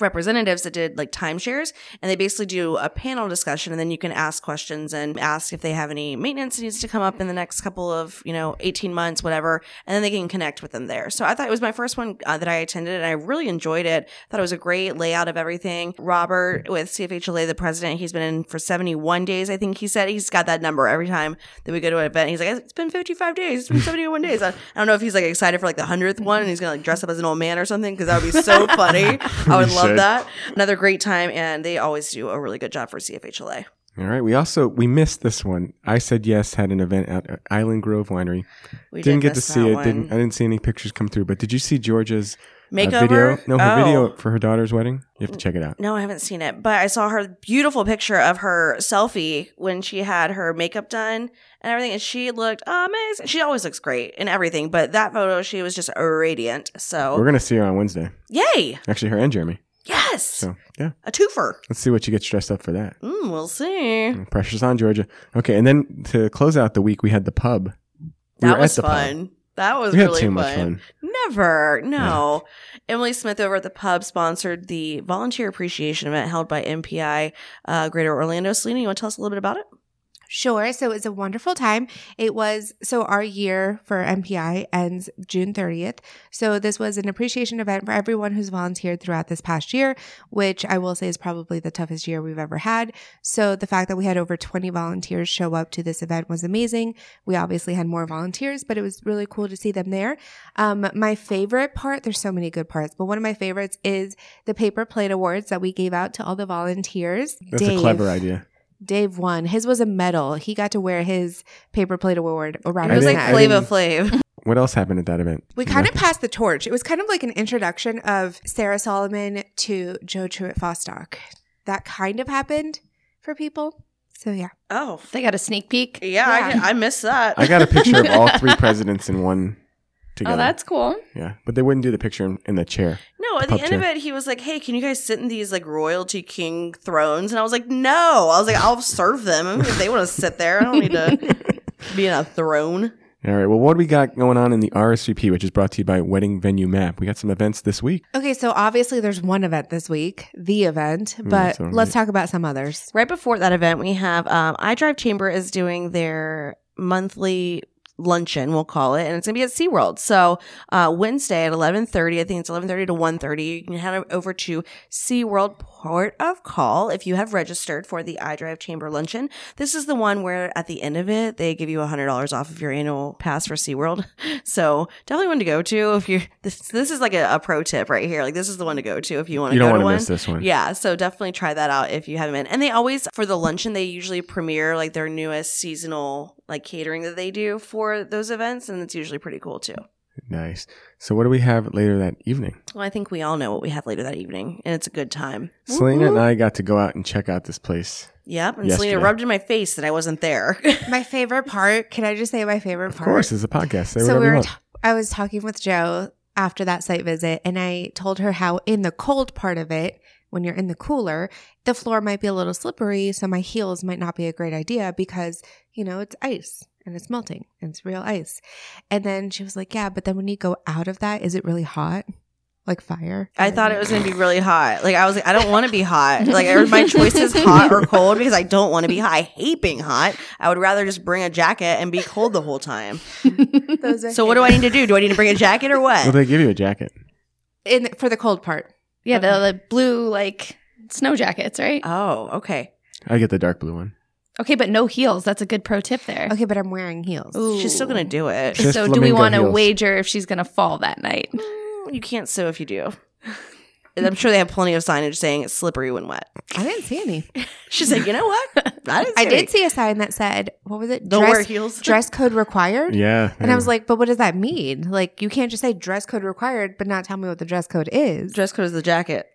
Speaker 4: representatives that did like timeshares and they basically do a panel discussion and then you can ask questions and ask if they have any maintenance that needs to come up in the next couple of you know 18 months whatever and then they can connect with them there so i thought it was my first one uh, that i attended and i really enjoyed it thought it was a great layout of everything robert with cfhla the president he's been in for 71 days i think he said he's got that number every time that we go to an event he's like it's been 55 days it's been 71 days i, I don't know if he's like excited for like the 100th one and he's gonna like dress up as an old man or something because that would be so funny i would
Speaker 3: You
Speaker 4: love
Speaker 3: should.
Speaker 4: that another great time and they always do a really good job for CFHLA.
Speaker 3: All right. We also we missed this one. I said yes had an event out at Island Grove Winery.
Speaker 4: We
Speaker 3: didn't get
Speaker 4: did
Speaker 3: to
Speaker 4: miss
Speaker 3: see
Speaker 4: that
Speaker 3: it.
Speaker 4: one.
Speaker 3: Didn't uh, I didn't see any pictures come through. But did you see Georgia's uh,
Speaker 4: Makeover?
Speaker 3: video? No, her
Speaker 4: Oh.
Speaker 3: video for her daughter's wedding. You have to check it out.
Speaker 4: No, I haven't seen it, but I saw her beautiful picture of her selfie when she had her makeup done and everything, and she looked amazing. She always looks great and everything, but that photo, she was just radiant.
Speaker 3: We're
Speaker 4: So,
Speaker 3: gonna see her on Wednesday.
Speaker 4: yay!
Speaker 3: Actually, her and Jeremy.
Speaker 4: Yes,
Speaker 3: So yeah,
Speaker 4: a twofer.
Speaker 3: let's see what she gets dressed up for that.
Speaker 4: Mm, we'll see.
Speaker 3: Pressure's on Georgia. Okay, and then to close out the week, we had the pub. We
Speaker 4: That
Speaker 3: were at
Speaker 4: was
Speaker 3: the pub.
Speaker 4: fun. That was
Speaker 3: We had
Speaker 4: really
Speaker 3: too
Speaker 4: fun.
Speaker 3: much fun.
Speaker 4: Never. No. Emily Smith over at the pub sponsored the volunteer appreciation event held by MPI uh, Greater Orlando. Selena, you want to tell us a little bit about it?
Speaker 2: Sure. So it was a wonderful time. It was so our year for MPI ends June 30th. So this was an appreciation event for everyone who's volunteered throughout this past year, which I will say is probably the toughest year we've ever had. So the fact that we had over 20 volunteers show up to this event was amazing. We obviously had more volunteers, but it was really cool to see them there. Um, my favorite part, there's so many good parts, but one of my favorites is the paper plate awards that we gave out to all the volunteers.
Speaker 3: That's a clever idea.
Speaker 2: Dave won. His was a medal. He got to wear his paper plate award around.
Speaker 3: I
Speaker 4: it was
Speaker 2: his
Speaker 4: like
Speaker 3: didn't-
Speaker 2: neck.
Speaker 3: I
Speaker 4: Flava
Speaker 3: didn't-
Speaker 4: Flav.
Speaker 3: What else happened at that event?
Speaker 2: we kind of passed the torch. It was kind of like an introduction of Sarah Solomon to Joe Truett Fostock. That kind of happened for people. So yeah,
Speaker 4: Oh,
Speaker 5: They got a sneak peek.
Speaker 4: yeah, I, get- I missed that.
Speaker 3: I got a picture of all three presidents in one together.
Speaker 5: Oh, that's cool.
Speaker 3: yeah, but they wouldn't do the picture in, in the chair.
Speaker 4: No, at the
Speaker 3: Pub
Speaker 4: end of
Speaker 3: chair.
Speaker 4: it, he was like, "Hey, can you guys sit in these like royalty king thrones?" And I was like, "No." I was like, "I'll serve them if they want to sit there. I don't need to be in a throne."
Speaker 3: All right. Well, what do we got going on in the RSVP, which is brought to you by Wedding Venue Map? We got some events this week.
Speaker 2: Okay, so obviously there's one event this week, the event,
Speaker 3: that's
Speaker 2: but
Speaker 3: all
Speaker 2: let's talk about some others.
Speaker 4: Right before that event, we have um, iDrive Chamber is doing their monthly luncheon, we'll call it, and it's going to be at SeaWorld. So uh, Wednesday at 11.30, I think it's 11.30 to 1.30, you can head over to SeaWorld Port of Call if you have registered for the iDrive Chamber luncheon. This is the one where at the end of it, they give you $100 off of your annual pass for SeaWorld. So definitely one to go to if you this, this is like a, a pro tip right here. Like this is the one to go to if you want to
Speaker 3: You
Speaker 4: go
Speaker 3: don't
Speaker 4: to
Speaker 3: want to
Speaker 4: one.
Speaker 3: miss this one.
Speaker 4: Yeah, so definitely try that out if you haven't been. And they always for the luncheon they usually premiere like their newest seasonal like catering that they do for those events, and it's usually pretty cool too.
Speaker 3: Nice. So, what do we have later that evening?
Speaker 4: Well, I think we all know what we have later that evening, and it's a good time.
Speaker 3: Selena and
Speaker 4: Woo-hoo.
Speaker 3: I got to go out and check out this place.
Speaker 4: Yep, and
Speaker 3: Yesterday.
Speaker 4: Selena rubbed in my face that I wasn't there.
Speaker 2: My favorite part. Can I just say my favorite
Speaker 3: Of
Speaker 2: part?
Speaker 3: course, it's a podcast. Say
Speaker 2: so
Speaker 3: whatever
Speaker 2: we
Speaker 3: you
Speaker 2: were
Speaker 3: want.
Speaker 2: t- I was talking with Joe after that site visit and I told her how in the cold part of it when you're in the cooler the floor might be a little slippery so my heels might not be a great idea because you know it's ice and it's melting and it's real ice and then she was like yeah but then when you go out of that is it really hot like fire
Speaker 4: I thought it was going to be really hot. Like I was like, I don't want to be hot. Like I- my choice is hot or cold because I don't want to be hot. I hate being hot. I would rather just bring a jacket and be cold the whole time.
Speaker 2: Those are
Speaker 4: So what do I need to do? Do I need to bring a jacket or
Speaker 3: Well,
Speaker 4: what?
Speaker 3: they give you a jacket.
Speaker 2: in for the cold part
Speaker 5: Yeah, the, the blue like snow jackets, right?
Speaker 4: Oh, okay.
Speaker 3: I get the dark blue one.
Speaker 5: Okay, but no heels. That's a good pro tip there.
Speaker 2: okay but I'm wearing heels
Speaker 4: She's still gonna do it.
Speaker 3: Just
Speaker 5: So, do we want to
Speaker 3: flamingo heels.
Speaker 5: wager if she's going to fall that night?
Speaker 4: Mm, You can't sew if you do. I'm sure they have plenty of signage saying it's slippery when wet.
Speaker 2: I didn't see any.
Speaker 4: She's like, you know what? I didn't.
Speaker 2: I
Speaker 4: See
Speaker 2: did
Speaker 4: any.
Speaker 2: see a sign that said, "What was it?
Speaker 4: Don't wear
Speaker 2: Dress,
Speaker 4: heels.
Speaker 2: dress code required."
Speaker 3: Yeah.
Speaker 2: And I was like, "But what does that mean? Like, you can't just say dress code required, but not tell me what the dress code is."
Speaker 4: dress code is the jacket.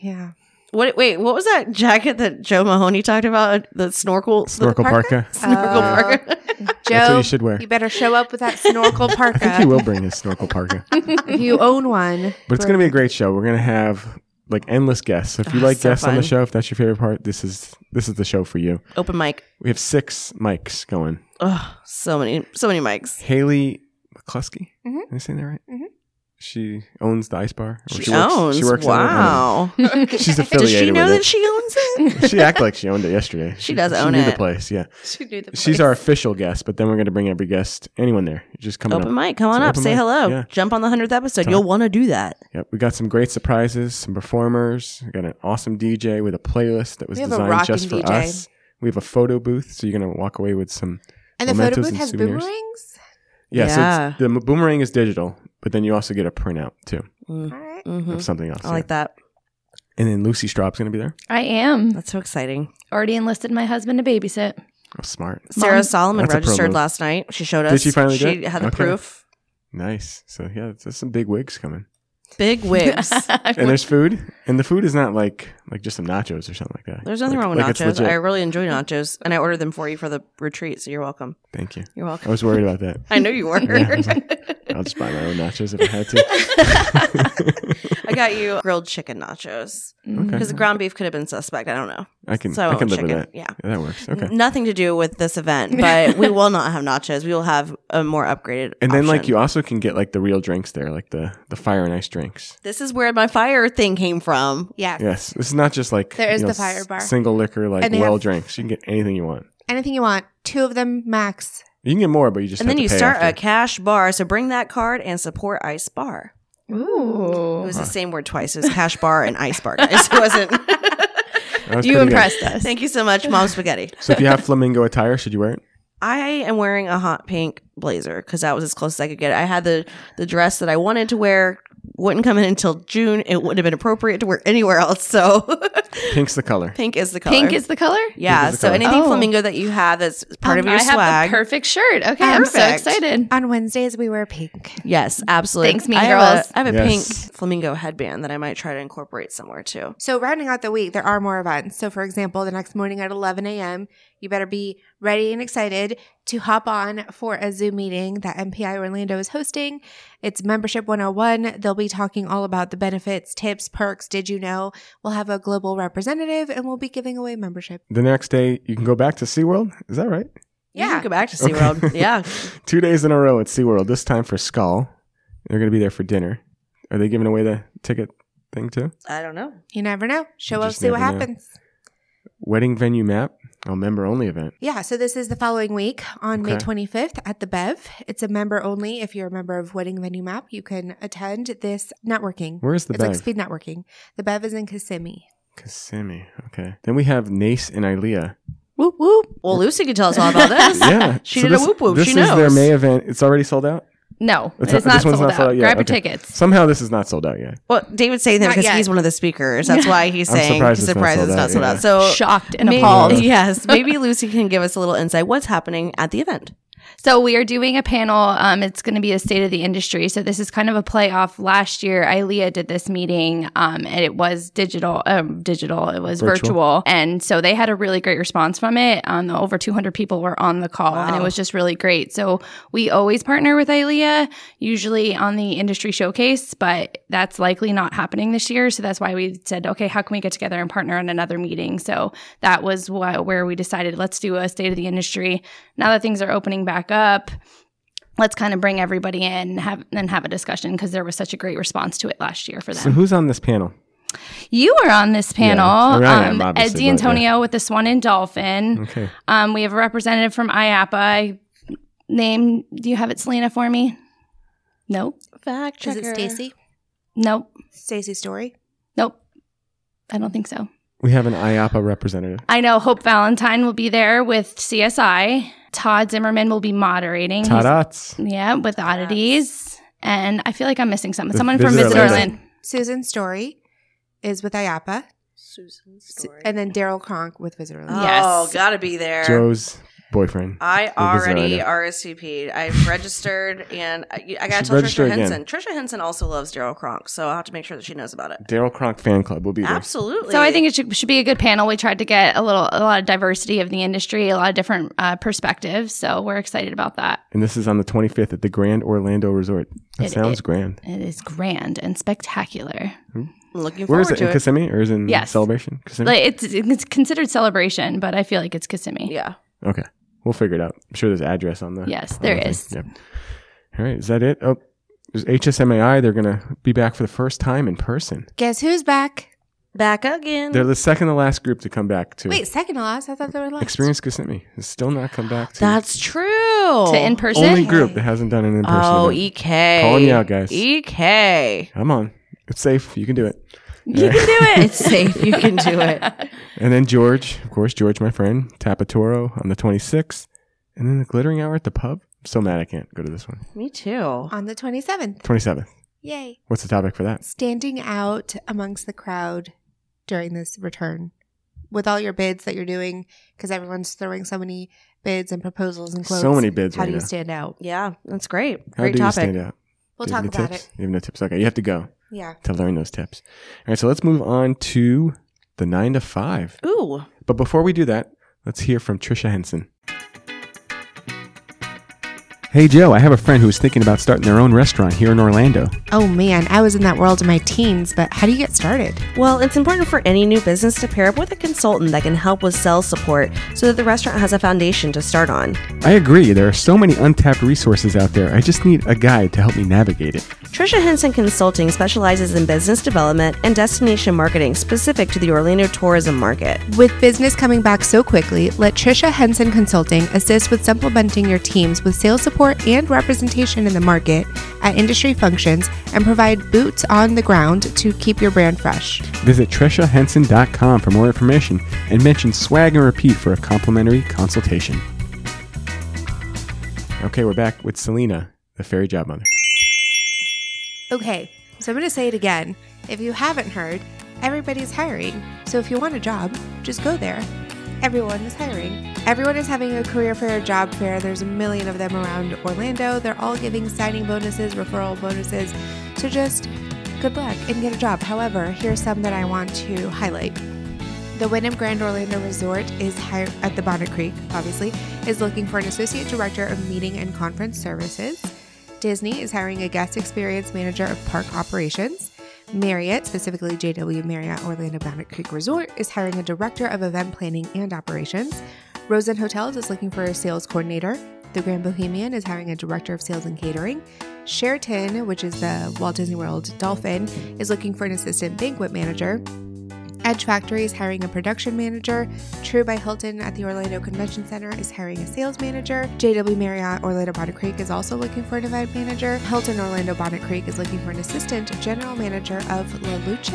Speaker 2: yeah.
Speaker 4: What? Wait, what was that jacket that Joe Mahoney talked about? The snorkel.
Speaker 3: snorkel parka.
Speaker 4: The snorkel
Speaker 2: Oh.
Speaker 4: parka.
Speaker 3: That's what
Speaker 2: Joe,
Speaker 3: you should wear.
Speaker 2: you better show up with that snorkel
Speaker 3: I think he
Speaker 2: parka
Speaker 3: will bring his snorkel parka.
Speaker 2: if you own one.
Speaker 3: But it's going to be a great show. We're going to have like endless guests. So if you
Speaker 4: Ah,
Speaker 3: like
Speaker 4: so
Speaker 3: guests on the
Speaker 4: fun.
Speaker 3: show, if that's your favorite part, this is this is the show for you.
Speaker 4: Open mic.
Speaker 3: We have six mics going.
Speaker 4: Oh, so many, so many mics.
Speaker 3: Haley McCluskey.
Speaker 4: Mm-hmm.
Speaker 2: Mhm.
Speaker 3: Am I saying that right?
Speaker 2: Mhm.
Speaker 3: She owns the ice bar. or works-
Speaker 4: She, owns.
Speaker 3: in it. I don't know.
Speaker 4: wow.
Speaker 3: She's
Speaker 4: Does she
Speaker 3: affiliated
Speaker 4: know that
Speaker 3: with
Speaker 4: she owns it?
Speaker 3: it. She acted like she owned it yesterday.
Speaker 4: She does
Speaker 3: she
Speaker 4: own
Speaker 3: knew the
Speaker 4: it.
Speaker 3: place. Yeah,
Speaker 5: She knew the
Speaker 3: she's
Speaker 5: place.
Speaker 3: our official guest, but then we're going to bring every guest, anyone there, just coming
Speaker 4: Open
Speaker 3: up.
Speaker 4: mic. Come on
Speaker 3: It's
Speaker 4: up.
Speaker 3: open
Speaker 4: Say
Speaker 3: mic,
Speaker 4: hello.
Speaker 3: yeah.
Speaker 4: Jump on the hundredth episode.
Speaker 3: Talk.
Speaker 4: You'll want to do that.
Speaker 3: Yep, we got some great surprises, some performers. We got an awesome DJ with a playlist that was
Speaker 2: We have a
Speaker 3: designed just for
Speaker 2: rockin' DJ.
Speaker 3: us. We have a photo booth, so you're going to walk away with some.
Speaker 2: And the
Speaker 3: Mementos
Speaker 2: photo booth
Speaker 3: and
Speaker 2: has
Speaker 3: souvenirs.
Speaker 2: boomerangs.
Speaker 3: Yeah, so
Speaker 4: Yeah.
Speaker 3: it's, the m- boomerang is digital, but then you also get a printout too
Speaker 4: Mm.
Speaker 2: All right.
Speaker 4: hmm
Speaker 3: of something else.
Speaker 4: I like that.
Speaker 3: that. And then Lucy Straub's going to be there.
Speaker 5: I am
Speaker 4: That's so exciting.
Speaker 5: already enlisted my husband to babysit.
Speaker 3: Oh, smart.
Speaker 4: Sarah Solomon
Speaker 3: That's a pro
Speaker 4: registered
Speaker 3: move.
Speaker 4: last night. She showed us.
Speaker 3: Did she finally do
Speaker 4: She
Speaker 3: it?
Speaker 4: had the
Speaker 3: Okay.
Speaker 4: proof.
Speaker 3: Nice. So yeah, there's some big wigs coming,
Speaker 4: Big wigs.
Speaker 3: and there's food, and the food is not like like just some nachos or something like that.
Speaker 4: There's nothing
Speaker 3: Like-
Speaker 4: wrong with
Speaker 3: like it's
Speaker 4: nachos.
Speaker 3: legit.
Speaker 4: I really enjoy nachos, and I ordered them for you for the retreat. So you're welcome.
Speaker 3: Thank you.
Speaker 4: You're
Speaker 3: I
Speaker 4: welcome.
Speaker 3: was worried about that.
Speaker 4: I know you were.
Speaker 3: Yeah, I was I'll just buy my own nachos if I had to.
Speaker 4: I got you grilled chicken nachos because the ground beef could have been suspect. I don't know.
Speaker 3: I can
Speaker 4: So I
Speaker 3: I can
Speaker 4: went
Speaker 3: live
Speaker 4: chicken.
Speaker 3: with that.
Speaker 4: Yeah.
Speaker 3: Yeah, that works. Okay.
Speaker 4: N- Nothing to do with this event, but we will not have nachos. We will have a more upgraded.
Speaker 3: And then like
Speaker 4: option.
Speaker 3: you also can get like the real drinks there, like the the fire and ice drinks.
Speaker 4: This is where my fire thing came from.
Speaker 2: Yes.
Speaker 3: Yes, this is not just like
Speaker 2: There is the
Speaker 3: s-
Speaker 2: fire bar.
Speaker 3: single liquor like
Speaker 2: And they
Speaker 3: well
Speaker 2: have-
Speaker 3: drinks. You can get anything you want.
Speaker 2: Anything you want. Two of them max.
Speaker 3: You can get more, but you just
Speaker 4: and
Speaker 3: have
Speaker 4: then
Speaker 3: to
Speaker 4: you
Speaker 3: pay
Speaker 4: start a
Speaker 3: after.
Speaker 4: cash bar. So bring that card and support Ice Bar. It
Speaker 5: Ooh.
Speaker 4: was the same word twice. It was cash bar and ice bar. Guys. It wasn't.
Speaker 3: That was
Speaker 5: You
Speaker 3: pretty good.
Speaker 5: impressed us.
Speaker 4: Thank you so much, Mom Spaghetti.
Speaker 3: So if you have flamingo attire, should you wear it?
Speaker 4: I am wearing a hot pink blazer because that was as close as I could get. I had the the dress that I wanted to wear. Wouldn't come in until June. It wouldn't have been appropriate to wear anywhere else. So
Speaker 3: Pink's the color.
Speaker 4: pink is the color.
Speaker 5: Pink is the color?
Speaker 4: yeah.
Speaker 3: Pink is the
Speaker 4: so
Speaker 3: color.
Speaker 4: anything
Speaker 5: Oh.
Speaker 4: flamingo that you have that's part of
Speaker 5: Um,
Speaker 4: your
Speaker 5: I
Speaker 4: swag.
Speaker 5: have the perfect shirt. Okay, I'm so
Speaker 4: Perfect.
Speaker 5: excited.
Speaker 2: On Wednesdays we wear pink.
Speaker 4: yes, absolutely.
Speaker 5: Thanks, Mean
Speaker 4: I have
Speaker 5: Girls.
Speaker 4: a, I have a
Speaker 3: Yes.
Speaker 4: pink flamingo headband that I might try to incorporate somewhere too.
Speaker 2: So rounding out the week, there are more events. So for example, the next morning at 11 a.m., you better be ready and excited to hop on for a Zoom meeting that MPI Orlando is hosting. It's Membership 101. They'll be talking all about the benefits, tips, perks. Did you know? We'll have a global representative and we'll be giving away membership.
Speaker 3: The next day, you can go back to SeaWorld. Is that right?
Speaker 4: You
Speaker 2: Yeah.
Speaker 4: can go back to SeaWorld. Yeah.
Speaker 3: Two days in a row at SeaWorld, this time for Skull. They're going to be there for dinner. Are they giving away the ticket thing too?
Speaker 4: I don't know.
Speaker 2: You never know. Show
Speaker 3: You
Speaker 2: up,
Speaker 3: just
Speaker 2: see what
Speaker 3: never know.
Speaker 2: happens.
Speaker 3: Wedding venue map, a member only event.
Speaker 2: Yeah, so this is the following week on May
Speaker 3: Okay.
Speaker 2: 25th at the Bev. It's a member only. If you're a member of Wedding Venue Map, you can attend this networking.
Speaker 3: Where is the
Speaker 2: it's
Speaker 3: Bev?
Speaker 2: like speed networking. The Bev is in Kissimmee.
Speaker 3: Kissimmee. Okay. Then we have Nace and Ilea.
Speaker 4: Whoop whoop. Well, Lucy could tell us all about this.
Speaker 3: Yeah.
Speaker 4: She did a
Speaker 3: this-
Speaker 4: whoop whoop.
Speaker 3: This
Speaker 4: She
Speaker 3: is their
Speaker 4: knows.
Speaker 3: May event. It's already sold out.
Speaker 5: No,
Speaker 3: It's
Speaker 5: it's,
Speaker 3: not-
Speaker 5: not,
Speaker 3: this one's
Speaker 5: sold
Speaker 3: not sold
Speaker 5: out.
Speaker 3: out yet.
Speaker 5: Grab your
Speaker 3: Okay.
Speaker 5: tickets.
Speaker 3: Somehow this is not sold out yet.
Speaker 4: Well, David's saying that
Speaker 2: Not
Speaker 4: because
Speaker 2: yet.
Speaker 4: he's one of the speakers. That's why he's
Speaker 3: I'm
Speaker 4: saying
Speaker 3: surprised
Speaker 4: he's
Speaker 3: it's not
Speaker 4: surprised
Speaker 3: sold
Speaker 4: it's not
Speaker 3: out,
Speaker 4: sold
Speaker 3: yeah.
Speaker 4: out. So
Speaker 5: Shocked and
Speaker 4: maybe-
Speaker 5: appalled.
Speaker 4: yes, maybe Lucy can give us a little insight. What's happening at the event?
Speaker 5: So we are doing a panel. Um, it's going to be a state of the industry. So this is kind of a play off. Last year, ILEA did this meeting, um, and it was digital. Um, digital. It was
Speaker 3: Virtual.
Speaker 5: virtual. and so they had a really great response from it. Um, over 200 people were on the call, and it was just really great. So we always partner with ILEA, usually on the industry showcase, but that's likely not happening this year. So that's why we said, okay, how can we get together and partner on another meeting? So that was what, where we decided let's do a state of the industry now that things are opening back up let's kind of bring everybody in and have and have a discussion because there was such a great response to it last year for
Speaker 3: So
Speaker 5: them
Speaker 3: who's on this panel?
Speaker 5: you were on this panel
Speaker 3: I mean, I am,
Speaker 5: um, ed
Speaker 3: obviously, but, Mm-hmm.
Speaker 5: d'antonio with the swan and dolphin
Speaker 3: Okay.
Speaker 5: um, we have a representative from iapa name do you have it selena for me nope
Speaker 4: Fact
Speaker 2: Is it Stacy?
Speaker 5: nope
Speaker 2: Stacy Story?
Speaker 5: nope i don't think so
Speaker 3: We have an IAPA representative.
Speaker 5: i know hope valentine will be there with csi todd zimmerman will be moderating He's-
Speaker 3: Tarats.
Speaker 5: Yeah, with oddities. And I feel like I'm missing someone.
Speaker 3: The
Speaker 5: Someone from
Speaker 3: Visit
Speaker 5: Visit
Speaker 3: Orlando.
Speaker 5: Orlando.
Speaker 2: Susan Story is with IAPA,
Speaker 4: Susan's
Speaker 2: S- and then Daryl Kronk with Visitor Relief.
Speaker 4: Oh,
Speaker 5: Yes.
Speaker 4: gotta be there.
Speaker 3: Joe's boyfriend.
Speaker 4: I already
Speaker 3: designer.
Speaker 4: RSVP'd. I've registered, and I, I gotta
Speaker 3: Should
Speaker 4: tell
Speaker 3: register
Speaker 4: Trisha
Speaker 3: again.
Speaker 4: Henson. Trisha Henson also loves Daryl Kronk, so I'll have to make sure that she knows about it.
Speaker 3: Daryl Kronk fan club will be there.
Speaker 4: Absolutely.
Speaker 5: So I think it should, should be a good panel. We tried to get a little, a lot of diversity of the industry, a lot of different uh, perspectives. So we're excited about that.
Speaker 3: And this is on the 25th at the Grand Orlando Resort. That
Speaker 5: It-
Speaker 3: sounds
Speaker 5: it-
Speaker 3: grand.
Speaker 5: It is grand and spectacular.
Speaker 4: I'm looking
Speaker 3: Where
Speaker 4: forward
Speaker 3: is it?
Speaker 4: to
Speaker 3: In
Speaker 4: it.
Speaker 3: Kissimmee or is it in
Speaker 5: Yes.
Speaker 3: Celebration? Kissimmee?
Speaker 5: Like it's, it's considered celebration, but I feel like it's Kissimmee.
Speaker 4: yeah.
Speaker 3: Okay. We'll figure it out. I'm sure there's an address on the.
Speaker 5: Yes,
Speaker 3: on
Speaker 5: there
Speaker 3: the thing.
Speaker 5: is.
Speaker 3: Yep. All right. Is that it? Oh, there's HSMAI. They're going to be back for the first time in person.
Speaker 2: Guess who's back?
Speaker 4: Back again.
Speaker 3: They're the second to last group to come back to.
Speaker 2: Wait, second to last. I thought they were last.
Speaker 3: Experience Kissimmee has still not come back to.
Speaker 4: That's true.
Speaker 5: To in person.
Speaker 3: Oh, only group that hasn't done an in person.
Speaker 4: Oh, E
Speaker 3: event.
Speaker 4: EK.
Speaker 3: Calling you out, guys.
Speaker 4: EK.
Speaker 3: Come on. It's safe. You can do it.
Speaker 5: You can do it.
Speaker 4: It's safe. You can do it.
Speaker 3: And then George, of course, George, my friend, Tapatoro on the 26th. And then the Glittering Hour at the pub. I'm so mad I can't go to this one.
Speaker 4: Me too.
Speaker 2: on the 27th.
Speaker 3: 27th.
Speaker 2: Yay.
Speaker 3: What's the topic for that?
Speaker 2: Standing out amongst the crowd during this return with all your bids that you're doing because everyone's throwing so many bids and proposals and quotes.
Speaker 3: So many bids
Speaker 2: How
Speaker 3: right
Speaker 2: do you
Speaker 3: now.
Speaker 2: stand out?
Speaker 4: Yeah, that's great.
Speaker 3: How
Speaker 4: Great
Speaker 3: do
Speaker 4: topic.
Speaker 3: you stand out?
Speaker 2: We'll
Speaker 3: Do you
Speaker 2: talk
Speaker 3: have any
Speaker 2: about
Speaker 3: tips?
Speaker 2: it.
Speaker 3: You have no tips. Okay, you have to go
Speaker 2: Yeah.
Speaker 3: to learn those tips. All right, so let's move on to the nine to five.
Speaker 4: Ooh.
Speaker 3: But before we do that, let's hear from Trisha Henson. Hey Joe, I have a friend who's thinking about starting their own restaurant here in Orlando.
Speaker 2: Oh man, I was in that world in my teens, but how do you get started?
Speaker 4: Well, it's important for any new business to pair up with a consultant that can help with sales support so that the restaurant has a foundation to start on.
Speaker 3: I agree, there are so many untapped resources out there. I just need a guide to help me navigate it.
Speaker 4: Trisha Henson Consulting specializes in business development and destination marketing specific to the Orlando tourism market.
Speaker 2: With business coming back so quickly, let Trisha Henson Consulting assist with supplementing your teams with sales support and representation in the market at industry functions and provide boots on the ground to keep your brand fresh.
Speaker 3: Visit TrishaHenson.com for more information and mention swag and repeat for a complimentary consultation. Okay, we're back with Selena, the fairy job mother.
Speaker 2: Okay, so I'm going to say it again. If you haven't heard, everybody's hiring. So if you want a job, just go there. Everyone is hiring. Everyone is having a career fair, job fair. There's a million of them around Orlando. They're all giving signing bonuses, referral bonuses. So just good luck and get a job. However, here's some that I want to highlight. The Wyndham Grand Orlando Resort is hire- at the Bonnet Creek, obviously, is looking for an associate director of meeting and conference services. Disney is hiring a guest experience manager of park operations. Marriott, specifically JW Marriott Orlando Bonnet Creek Resort, is hiring a director of event planning and operations. Rosen Hotels is looking for a sales coordinator. The Grand Bohemian is hiring a director of sales and catering. Sheraton, which is the Walt Disney World Dolphin, is looking for an assistant banquet manager. Edge Factory is hiring a production manager. True by Hilton at the Orlando Convention Center is hiring a sales manager. JW Marriott Orlando Bonnet Creek is also looking for an event manager. Hilton Orlando Bonnet Creek is looking for an assistant general manager of La Luce.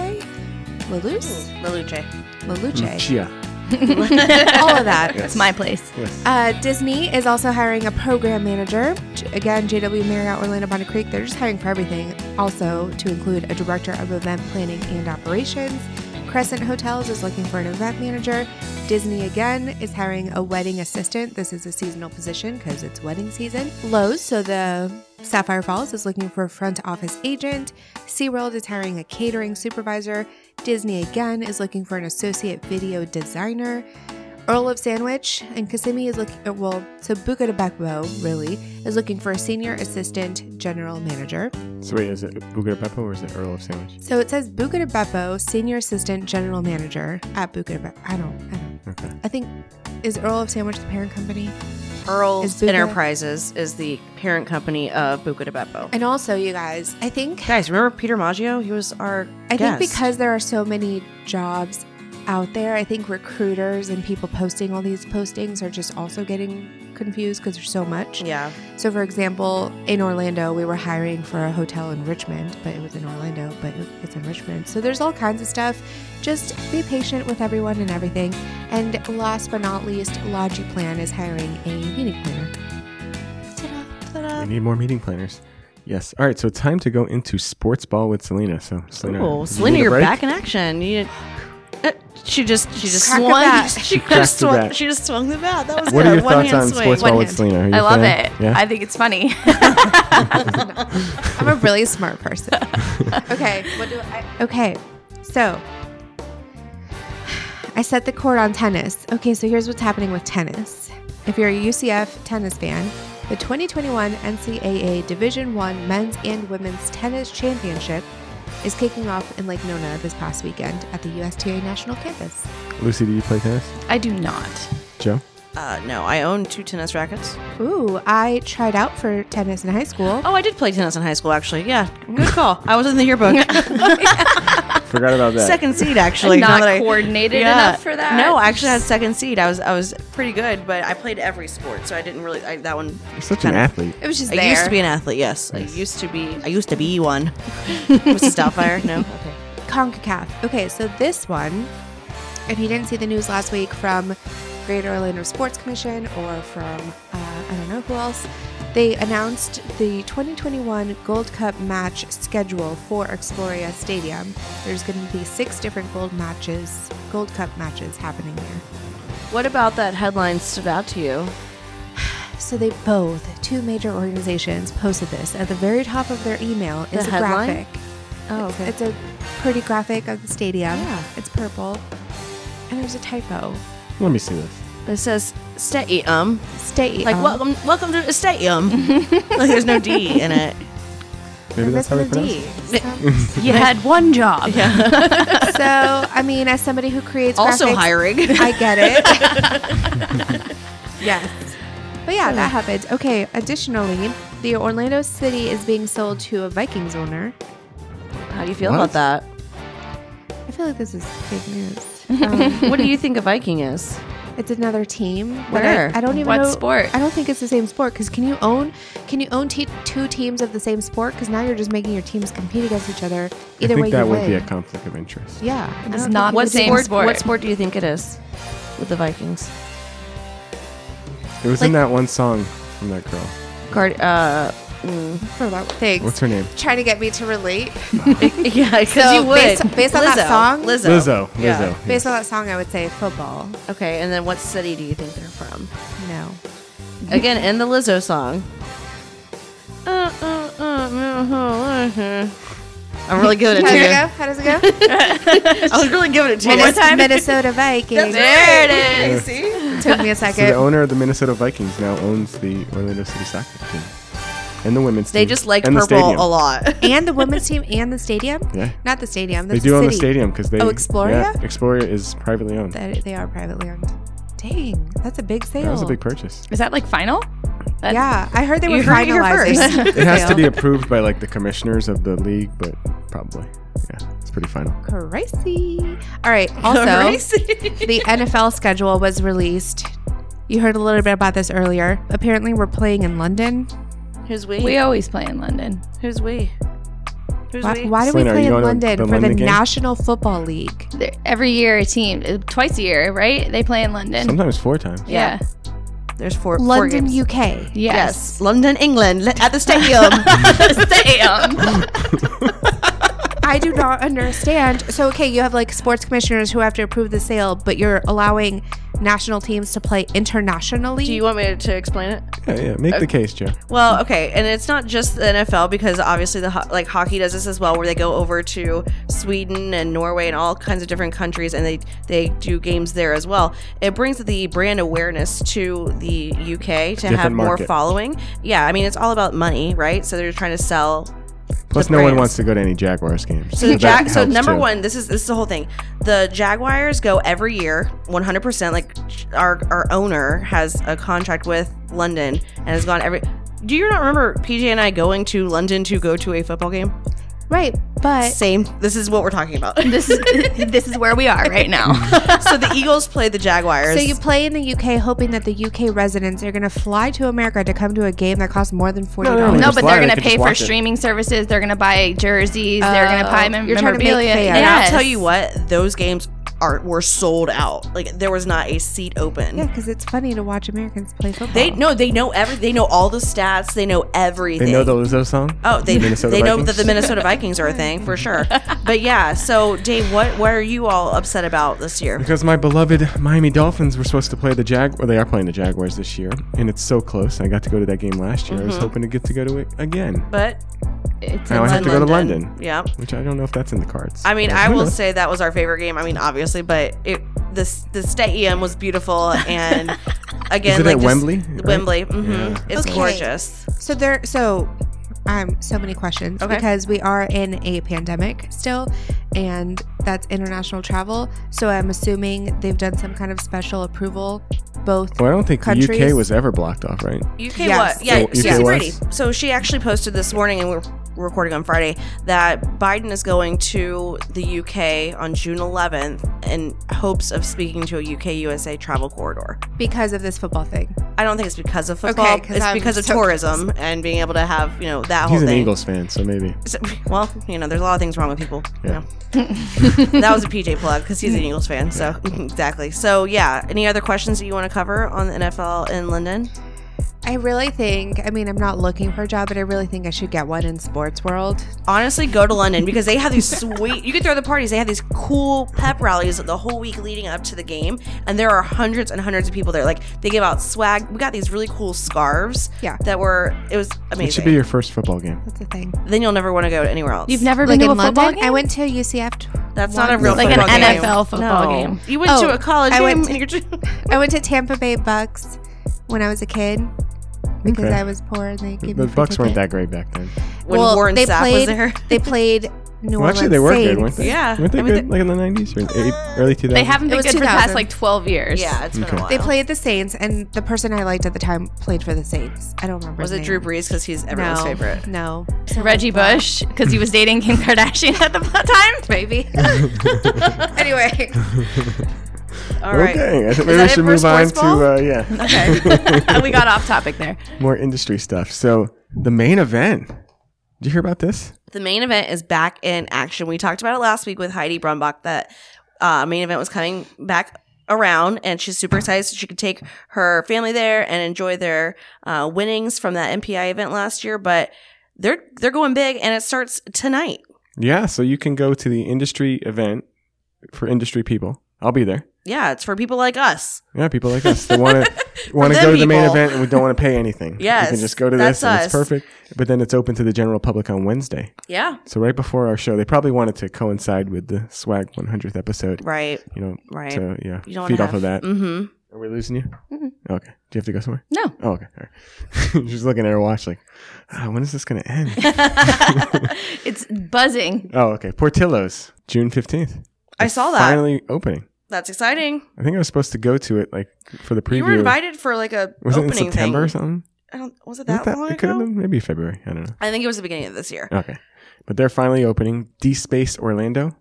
Speaker 2: La Luce?
Speaker 4: Leluce.
Speaker 2: La Luce.
Speaker 3: Lucia.
Speaker 2: All of that.
Speaker 5: It's my place.
Speaker 3: Yes.
Speaker 2: Uh, Disney is also hiring a program manager. J- Again, JW Marriott Orlando Bonnet Creek, they're just hiring for everything, also to include a director of event planning and operations. Crescent Hotels is looking for an event manager. Disney again is hiring a wedding assistant. This is a seasonal position because it's wedding season. Lowe's, so the Sapphire Falls, is looking for a front office agent. SeaWorld is hiring a catering supervisor. Disney again is looking for an associate video designer. Earl of Sandwich and Kissimmee is looking, uh, well, so Buca de Beppo, really, is looking for a senior assistant general manager.
Speaker 3: So wait, is it Buga de Beppo or is it Earl of Sandwich?
Speaker 2: So it says Buca de Beppo, senior assistant general manager at Buca de Beppo. I don't, I don't.
Speaker 3: Okay.
Speaker 2: I think, is Earl of Sandwich the parent company? Is
Speaker 4: Earl's
Speaker 2: Buca-
Speaker 4: Enterprises is the parent company of Buca de Beppo.
Speaker 2: And also, you guys, I think,
Speaker 4: Guys, remember Peter Maggio? He was our
Speaker 2: I think
Speaker 4: guest.
Speaker 2: because there are so many jobs out there, I think recruiters and people posting all these postings are just also getting confused because there's so much.
Speaker 4: yeah,
Speaker 2: So, for example, in Orlando, we were hiring for a hotel in Richmond, but it was in Orlando, but it- it's in Richmond. So, there's all kinds of stuff. Just be patient with everyone and everything. And last but not least, Logiplan is hiring a meeting planner. Ta-da, ta-da.
Speaker 3: We need more meeting planners. Yes. All right. So time to go into sports ball with Selena. So Selena,
Speaker 4: Oh,
Speaker 3: you
Speaker 4: Selena,
Speaker 3: need a
Speaker 4: you're
Speaker 3: break?
Speaker 4: back in action. You, uh, she just she just
Speaker 2: Crack a
Speaker 4: swung.
Speaker 2: bat.
Speaker 4: She
Speaker 3: Cracked a
Speaker 4: just swung.
Speaker 3: bat.
Speaker 4: She just swung the bat. That was
Speaker 3: What
Speaker 4: good.
Speaker 3: are your
Speaker 4: One
Speaker 3: thoughts
Speaker 4: hand
Speaker 3: on
Speaker 4: swing.
Speaker 3: sports
Speaker 2: One
Speaker 3: ball with
Speaker 2: hand.
Speaker 3: Selena? Are you
Speaker 5: I
Speaker 3: a
Speaker 5: love
Speaker 3: fan?
Speaker 5: it.
Speaker 3: Yeah.
Speaker 5: I think it's funny.
Speaker 2: I'm a really smart person. okay, what do I? Okay, so I set the court on tennis. Okay, so here's what's happening with tennis. If you're a UCF tennis fan, the 2021 NCAA Division One Men's and Women's Tennis Championship is kicking off in Lake Nona this past weekend at the USTA National Campus.
Speaker 3: Lucy, do you play tennis?
Speaker 5: I do not.
Speaker 3: Joe?
Speaker 4: Uh, no, I own two tennis rackets.
Speaker 2: Ooh, I tried out for tennis in high school.
Speaker 4: Oh, I did play tennis in high school, actually. Yeah, good call. I was in the yearbook.
Speaker 3: Forgot about that.
Speaker 4: second seed, actually.
Speaker 5: Not
Speaker 4: now that I-
Speaker 5: coordinated enough for that?
Speaker 4: No, I actually had second seed. I was I was pretty good, but I played every sport, so I didn't really. I, that one.
Speaker 3: You're such an athlete.
Speaker 2: It was just
Speaker 4: I
Speaker 2: there.
Speaker 4: used to be an athlete. Yes, I used to be. I used to be one. Mrs. Doubtfire. No. Okay.
Speaker 2: CONCACAF. Okay, so this one, if you didn't see the news last week from Greater Orlando Sports Commission or from, uh, I don't know who else, they announced the 2021 Gold Cup match schedule for Exploria Stadium. There's going to be six different gold matches, Gold Cup matches happening there.
Speaker 4: What about that headline stood out to you?
Speaker 2: So they both, two major organizations, posted this. At the very top of their email is a
Speaker 4: headline?
Speaker 2: graphic.
Speaker 4: Oh,
Speaker 2: It's- It's a pretty graphic of the stadium.
Speaker 4: Yeah.
Speaker 2: It's purple. And there's a typo.
Speaker 3: Let me see this.
Speaker 4: It says stadium.
Speaker 2: State.
Speaker 4: Like
Speaker 2: um,
Speaker 4: welcome, welcome to the stadium. like there's no D in it.
Speaker 3: Maybe
Speaker 2: I'm
Speaker 3: that's how they
Speaker 2: missing a
Speaker 3: pronounce
Speaker 2: D.
Speaker 3: it.
Speaker 2: So,
Speaker 5: You had one job.
Speaker 2: so, I mean, as somebody who creates
Speaker 4: Also
Speaker 2: graphics,
Speaker 4: hiring.
Speaker 2: I get it. yes. But yeah, that happened. Okay, additionally, the Orlando City is being sold to a Vikings owner.
Speaker 4: How do you feel
Speaker 3: What?
Speaker 4: about that?
Speaker 2: I feel like this is big news. Um,
Speaker 4: What do you think a Viking is?
Speaker 2: it's another team. but
Speaker 4: Where?
Speaker 2: I, I don't even
Speaker 5: What
Speaker 2: know-
Speaker 5: sport?
Speaker 2: I don't think it's the same sport because can you own can you own te- two teams of the same sport? Because now you're just making your teams compete against each other. Either
Speaker 3: I think
Speaker 2: way,
Speaker 3: that
Speaker 2: you
Speaker 3: would
Speaker 2: win.
Speaker 3: be a conflict of interest.
Speaker 2: yeah,
Speaker 5: It's not
Speaker 4: What
Speaker 5: the same
Speaker 4: sport,
Speaker 5: sport.
Speaker 4: What sport do you think it is with the Vikings?
Speaker 3: It was in
Speaker 4: Like-
Speaker 3: that one song from that girl.
Speaker 4: Guard, uh,
Speaker 2: Thanks.
Speaker 3: What's her name?
Speaker 2: Trying to get me to relate.
Speaker 4: yeah, because
Speaker 2: So
Speaker 4: you would
Speaker 2: based- based on that
Speaker 4: Lizzo.
Speaker 2: song?
Speaker 4: Lizzo.
Speaker 3: Lizzo. Lizzo.
Speaker 4: Yeah.
Speaker 3: yes.
Speaker 2: Based on that song, I would say football.
Speaker 4: Okay, and then what city do you think they're from?
Speaker 2: No.
Speaker 4: Again, in the Lizzo song. Uh, uh, uh, uh, uh, uh. I'm really good
Speaker 2: How
Speaker 4: at
Speaker 2: does it
Speaker 4: it.
Speaker 2: go? How does it go?
Speaker 4: I was really giving it to
Speaker 2: Minnes-
Speaker 4: you.
Speaker 2: Minnesota Vikings.
Speaker 4: There it is. See?
Speaker 2: It took me a
Speaker 3: So the
Speaker 2: second.
Speaker 3: owner of the Minnesota Vikings now owns the Orlando City Soccer team and the women's
Speaker 4: They
Speaker 3: team
Speaker 4: just like
Speaker 3: and the
Speaker 4: purple
Speaker 3: stadium.
Speaker 4: a lot.
Speaker 2: and the women's team and the stadium.
Speaker 3: Yeah.
Speaker 2: Not the stadium.
Speaker 3: They
Speaker 2: That's
Speaker 3: do
Speaker 2: the
Speaker 3: own the
Speaker 2: city.
Speaker 3: stadium because they.
Speaker 2: Oh, Exploria?
Speaker 3: Yeah, Exploria is privately owned. That,
Speaker 2: They, they are privately owned. Dang, that's a big sale.
Speaker 3: was a big purchase.
Speaker 5: Is that like final? That-
Speaker 2: Yeah, I heard they were
Speaker 4: You heard it here
Speaker 2: finalizing.
Speaker 3: It has to be approved by like the commissioners of the league, but probably. Yeah, it's pretty final.
Speaker 2: crazy. All right. Also, the NFL schedule was released. You heard a little bit about this earlier. Apparently, we're playing in London.
Speaker 4: Who's we?
Speaker 5: We always play in London.
Speaker 4: Who's we? Who's
Speaker 2: Why,
Speaker 4: we?
Speaker 2: why do we
Speaker 3: Selena, are
Speaker 2: play
Speaker 3: you
Speaker 2: in
Speaker 3: going to
Speaker 2: London
Speaker 3: the
Speaker 2: for the
Speaker 3: London game?
Speaker 2: National Football League?
Speaker 5: They're- Every year, a team, uh, twice a year, right? They play in London.
Speaker 3: Sometimes four times.
Speaker 5: Yeah.
Speaker 4: There's four. four
Speaker 2: London,
Speaker 4: games.
Speaker 2: UK.
Speaker 5: Yes.
Speaker 4: Yes, London, England, li- at the stadium.
Speaker 5: Damn.
Speaker 2: I do not understand. So, okay, you have like sports commissioners who have to approve the sale, but you're allowing national teams to play internationally.
Speaker 4: do you want me to explain it?
Speaker 3: Yeah, yeah. Make the case, Joe.
Speaker 4: Well, okay, and it's not just the NFL because obviously the ho- like hockey does this as well, where they go over to Sweden and Norway and all kinds of different countries, and they they do games there as well. It brings the brand awareness to the UK to have more
Speaker 3: market.
Speaker 4: following. Yeah, I mean it's all about money, right? So they're trying to sell
Speaker 3: Plus,
Speaker 4: The
Speaker 3: no one
Speaker 4: brands.
Speaker 3: wants to go to any Jaguars games.
Speaker 4: So the
Speaker 3: that
Speaker 4: Jag- so
Speaker 3: helps,
Speaker 4: number
Speaker 3: too.
Speaker 4: one, this is this is the whole thing. The Jaguars go every year, one hundred percent. Like our our owner has a contract with London and has gone every. Do you not remember PJ and I going to London to go to a football game?
Speaker 2: right, but
Speaker 4: Same. This is what we're talking about.
Speaker 5: this is this is where we are right now.
Speaker 4: so the Eagles played the Jaguars.
Speaker 2: So you play in the UK hoping that the UK residents are going to fly to America to come to a game that costs more than $40.
Speaker 3: no,
Speaker 5: No,
Speaker 3: Just
Speaker 5: but
Speaker 3: lie,
Speaker 5: they're
Speaker 3: they
Speaker 5: gonna
Speaker 3: could
Speaker 5: pay
Speaker 3: just
Speaker 5: for
Speaker 3: watch it.
Speaker 5: streaming services. They're gonna buy jerseys. they're gonna buy mem-
Speaker 2: you're trying to make
Speaker 5: memorabilia.
Speaker 2: fans.
Speaker 4: and
Speaker 5: Yes.
Speaker 4: I'll tell you what, those games are were sold out. Like there was not a seat open.
Speaker 2: Yeah, because it's funny to watch Americans play football.
Speaker 4: They no, they know every. They know all the stats. They know everything.
Speaker 3: They know the Lizzo song.
Speaker 4: Oh, they
Speaker 3: The Minnesota
Speaker 4: they know that
Speaker 3: Vikings?
Speaker 4: the Minnesota Vikings are a thing for sure. But yeah, so Dave, what what are you all upset about this year?
Speaker 3: Because my beloved Miami Dolphins were supposed to play the Jag, or they are playing the Jaguars this year, and it's so close. I got to go to that game last year. I was
Speaker 4: Mm-hmm.
Speaker 3: hoping to get to go to it again,
Speaker 4: But
Speaker 5: It's
Speaker 3: Now I
Speaker 5: in
Speaker 3: have to go to London.
Speaker 4: yeah,
Speaker 3: which I don't know if that's in the cards.
Speaker 4: I mean,
Speaker 3: But
Speaker 4: I
Speaker 3: who
Speaker 4: will
Speaker 3: knows?
Speaker 4: say that was our favorite game. I mean, obviously, but it this the stadium was beautiful and again
Speaker 3: Is it
Speaker 4: like
Speaker 3: at
Speaker 4: just-
Speaker 3: Wembley, right?
Speaker 4: Wembley, hmm
Speaker 3: Yeah.
Speaker 4: it's
Speaker 2: Okay.
Speaker 4: gorgeous.
Speaker 2: So there, so um, so many questions
Speaker 4: Okay.
Speaker 2: because we are in a pandemic still, and that's international travel. So I'm assuming they've done some kind of special approval. Both.
Speaker 3: Well, I don't think the
Speaker 2: countries-
Speaker 3: UK was ever blocked off, right?
Speaker 4: UK
Speaker 2: Yes.
Speaker 4: what? Yeah,
Speaker 3: So UK
Speaker 4: Susie
Speaker 3: was?
Speaker 4: Brady. So she actually posted this morning, and we're recording on Friday, that Biden is going to the UK on June 11th in hopes of speaking to a UK USA travel corridor.
Speaker 2: because of this football thing.
Speaker 4: I don't think it's because of football.
Speaker 2: Okay, 'cause
Speaker 4: it's
Speaker 2: I'm
Speaker 4: because of
Speaker 2: so
Speaker 4: tourism and being able to have you know that
Speaker 3: He's
Speaker 4: whole
Speaker 3: an
Speaker 4: thing.
Speaker 3: Eagles fan, so maybe.
Speaker 4: So- well, you know, there's a lot of things wrong with people. you
Speaker 3: Yeah.
Speaker 4: know. that was a PJ plug because he's an Eagles fan. So exactly. So yeah. Any other questions that you want to cover on the NFL in London?
Speaker 2: I really think. I mean, I'm not looking for a job, but I really think I should get one in sports world.
Speaker 4: honestly go to london because they have these sweet you can throw the parties they have these cool pep rallies the whole week leading up to the game and there are hundreds and hundreds of people there like they give out swag we got these really cool scarves
Speaker 2: Yeah.
Speaker 4: that were it was amazing
Speaker 3: It should be your first football game.
Speaker 2: That's the thing.
Speaker 4: then you'll never want to go anywhere else
Speaker 5: You've never
Speaker 2: Like
Speaker 5: been to a
Speaker 2: in
Speaker 5: football
Speaker 2: London,
Speaker 5: game?
Speaker 2: I went to UCF. t-
Speaker 4: that's not a
Speaker 2: once.
Speaker 4: real
Speaker 5: Like an
Speaker 4: football game.
Speaker 5: NFL football
Speaker 4: No.
Speaker 5: game.
Speaker 4: you went to
Speaker 2: Oh,
Speaker 4: a college
Speaker 2: I
Speaker 4: game
Speaker 2: went
Speaker 4: and you're
Speaker 2: I went to Tampa Bay Bucks when I was a kid because
Speaker 3: Okay.
Speaker 2: I was poor and they gave
Speaker 3: The
Speaker 2: me. free
Speaker 3: Bucks weren't
Speaker 2: tickets.
Speaker 3: that great back then.
Speaker 4: when
Speaker 2: Well,
Speaker 4: warren
Speaker 2: they
Speaker 4: sapp was
Speaker 2: played-
Speaker 4: there
Speaker 2: They played New
Speaker 3: Well,
Speaker 2: Orleans.
Speaker 3: actually, they were good,
Speaker 2: Saints.
Speaker 3: weren't they?
Speaker 4: Yeah.
Speaker 3: Weren't they
Speaker 4: I mean,
Speaker 3: good
Speaker 4: they-
Speaker 3: like in the nineties or eight, early 2000s?
Speaker 5: They haven't
Speaker 2: It
Speaker 5: been
Speaker 2: was
Speaker 5: good for the past
Speaker 2: 2000.
Speaker 5: like 12 years.
Speaker 4: yeah it's been
Speaker 3: Okay.
Speaker 4: a while
Speaker 2: They played the Saints, and the person I liked at the time played for the Saints. I don't remember.
Speaker 4: was
Speaker 2: his
Speaker 4: it
Speaker 2: name.
Speaker 4: drew brees because he's everyone's
Speaker 2: no,
Speaker 4: favorite
Speaker 2: No,
Speaker 5: Reggie Bush, because he was dating Kim Kardashian at the time.
Speaker 2: maybe. anyway,
Speaker 4: all right
Speaker 3: Okay, I think
Speaker 4: that
Speaker 3: maybe we
Speaker 4: it
Speaker 3: should
Speaker 4: for
Speaker 3: move on
Speaker 4: sports ball?
Speaker 3: to uh, yeah
Speaker 5: we got off topic there.
Speaker 3: more industry stuff. So the main event. Did you hear about this?
Speaker 4: the main event is back in action. We talked about it last week with Heidi Brumbach that uh, main event was coming back around, and she's super excited so she could take her family there and enjoy their uh, winnings from that MPI event last year. But they're they're going big, and it starts tonight.
Speaker 3: Yeah, so you can go to the industry event for industry people. I'll be there.
Speaker 4: Yeah, it's for people like us.
Speaker 3: Yeah, people like us. They want to want to
Speaker 4: them
Speaker 3: go to the main
Speaker 4: people.
Speaker 3: event and we don't want to pay anything.
Speaker 4: Yes,
Speaker 3: you can just go to
Speaker 4: that's
Speaker 3: this and it's
Speaker 4: us.
Speaker 3: perfect. But then it's open to the general public on Wednesday.
Speaker 4: Yeah,
Speaker 3: So right before our show, they probably wanted to coincide with the Swag 100th episode.
Speaker 4: right,
Speaker 3: You know,
Speaker 4: right.
Speaker 3: so yeah,
Speaker 4: you don't
Speaker 3: feed
Speaker 4: wanna
Speaker 3: off of
Speaker 4: have-
Speaker 3: that.
Speaker 4: Mhm.
Speaker 3: Are we losing you?
Speaker 5: Mhm.
Speaker 3: Okay. Do you have to go somewhere?
Speaker 5: No.
Speaker 3: Oh, okay. All right. She's looking at her watch, like, ah, when is this going to end?
Speaker 5: It's buzzing.
Speaker 3: oh, okay. Portillo's, June fifteenth.
Speaker 4: I saw that.
Speaker 3: Finally opening.
Speaker 4: That's exciting.
Speaker 3: I think I was supposed to go to it like for the preview.
Speaker 4: You were invited for like a
Speaker 3: Was it in
Speaker 4: opening
Speaker 3: September or
Speaker 4: thing.
Speaker 3: something?
Speaker 4: I don't, was it
Speaker 3: Was
Speaker 4: that, long
Speaker 3: it could have
Speaker 4: ago?
Speaker 3: been maybe February. I don't know.
Speaker 4: I think it was the beginning of this year.
Speaker 3: Okay, but they're finally opening D Space Orlando,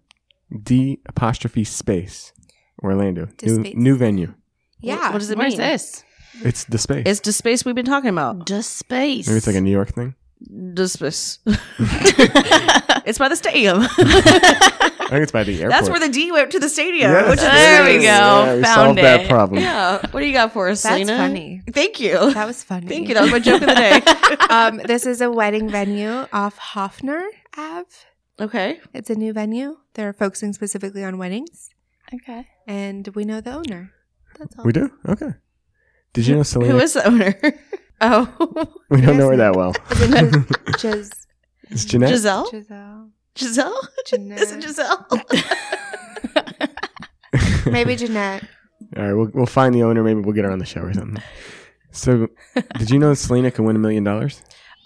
Speaker 3: D apostrophe Space Orlando.
Speaker 2: D
Speaker 3: New,
Speaker 2: Space.
Speaker 3: new venue.
Speaker 2: yeah.
Speaker 4: What does it
Speaker 5: Where's
Speaker 4: mean?
Speaker 5: this?
Speaker 3: It's the space.
Speaker 4: It's the space we've been talking about.
Speaker 5: The space.
Speaker 3: maybe it's like a New York thing.
Speaker 4: The space. it's by the stadium.
Speaker 3: I think it's by the airport.
Speaker 4: That's where the D went to the stadium.
Speaker 3: Yes,
Speaker 4: Which is
Speaker 3: it
Speaker 5: There we
Speaker 3: is.
Speaker 5: go.
Speaker 3: Yeah, we
Speaker 5: Found
Speaker 3: solved that
Speaker 5: it.
Speaker 3: problem.
Speaker 4: Yeah. What do you got for us,
Speaker 2: that's
Speaker 4: Selena?
Speaker 2: funny.
Speaker 4: Thank you.
Speaker 2: That was funny.
Speaker 4: Thank you. That was my joke of the day.
Speaker 2: um, this is a wedding venue off Hoffner Ave.
Speaker 4: okay.
Speaker 2: It's a new venue. They're focusing specifically on weddings,
Speaker 5: okay.
Speaker 2: and we know the owner. That's all.
Speaker 3: We do. Okay. Did you know Selena?
Speaker 4: Who is the owner? Oh,
Speaker 3: we don't know her that well.
Speaker 2: Is it Gis-
Speaker 3: It's Jeanette.
Speaker 2: Oh.
Speaker 4: Giselle.
Speaker 2: Giselle?
Speaker 4: Giselle.
Speaker 2: Jeanette.
Speaker 4: Is it Giselle?
Speaker 2: Maybe Jeanette.
Speaker 3: All right, we'll, we'll find the owner. Maybe we'll get her on the show or something. So, did you know Selena can win a million dollars?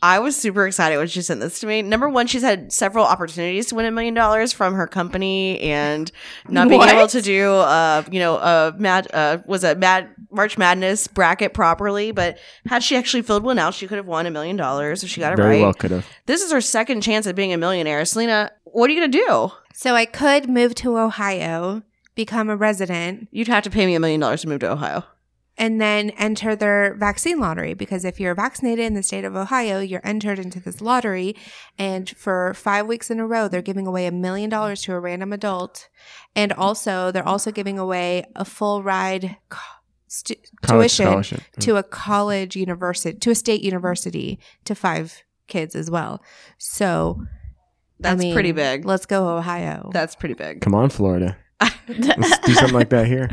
Speaker 4: I was super excited when she sent this to me. Number one, she's had several opportunities to win a million dollars from her company and not being
Speaker 5: What?
Speaker 4: able to do, uh, you know, a mad, uh, was a mad March Madness bracket properly. But had she actually filled one out, she could have won a million dollars if she got it
Speaker 3: Very
Speaker 4: right.
Speaker 3: well could have.
Speaker 4: This is her second chance at being a millionaire. Selena, what are you gonna do?
Speaker 2: So I could move to Ohio, become a resident.
Speaker 4: You'd have to pay me a million dollars to move to Ohio.
Speaker 2: and then enter their vaccine lottery because if you're vaccinated in the state of Ohio, you're entered into this lottery. And for five weeks in a row, they're giving away a million dollars to a random adult. And also, they're also giving away a full ride co- stu-
Speaker 3: College
Speaker 2: tuition
Speaker 3: scholarship. Mm.
Speaker 2: to a college university, to a state university, to five kids as well. So I
Speaker 4: That's
Speaker 2: mean,
Speaker 4: pretty big.
Speaker 2: Let's go, Ohio.
Speaker 4: That's pretty big.
Speaker 3: Come on, Florida. Let's do something like that here.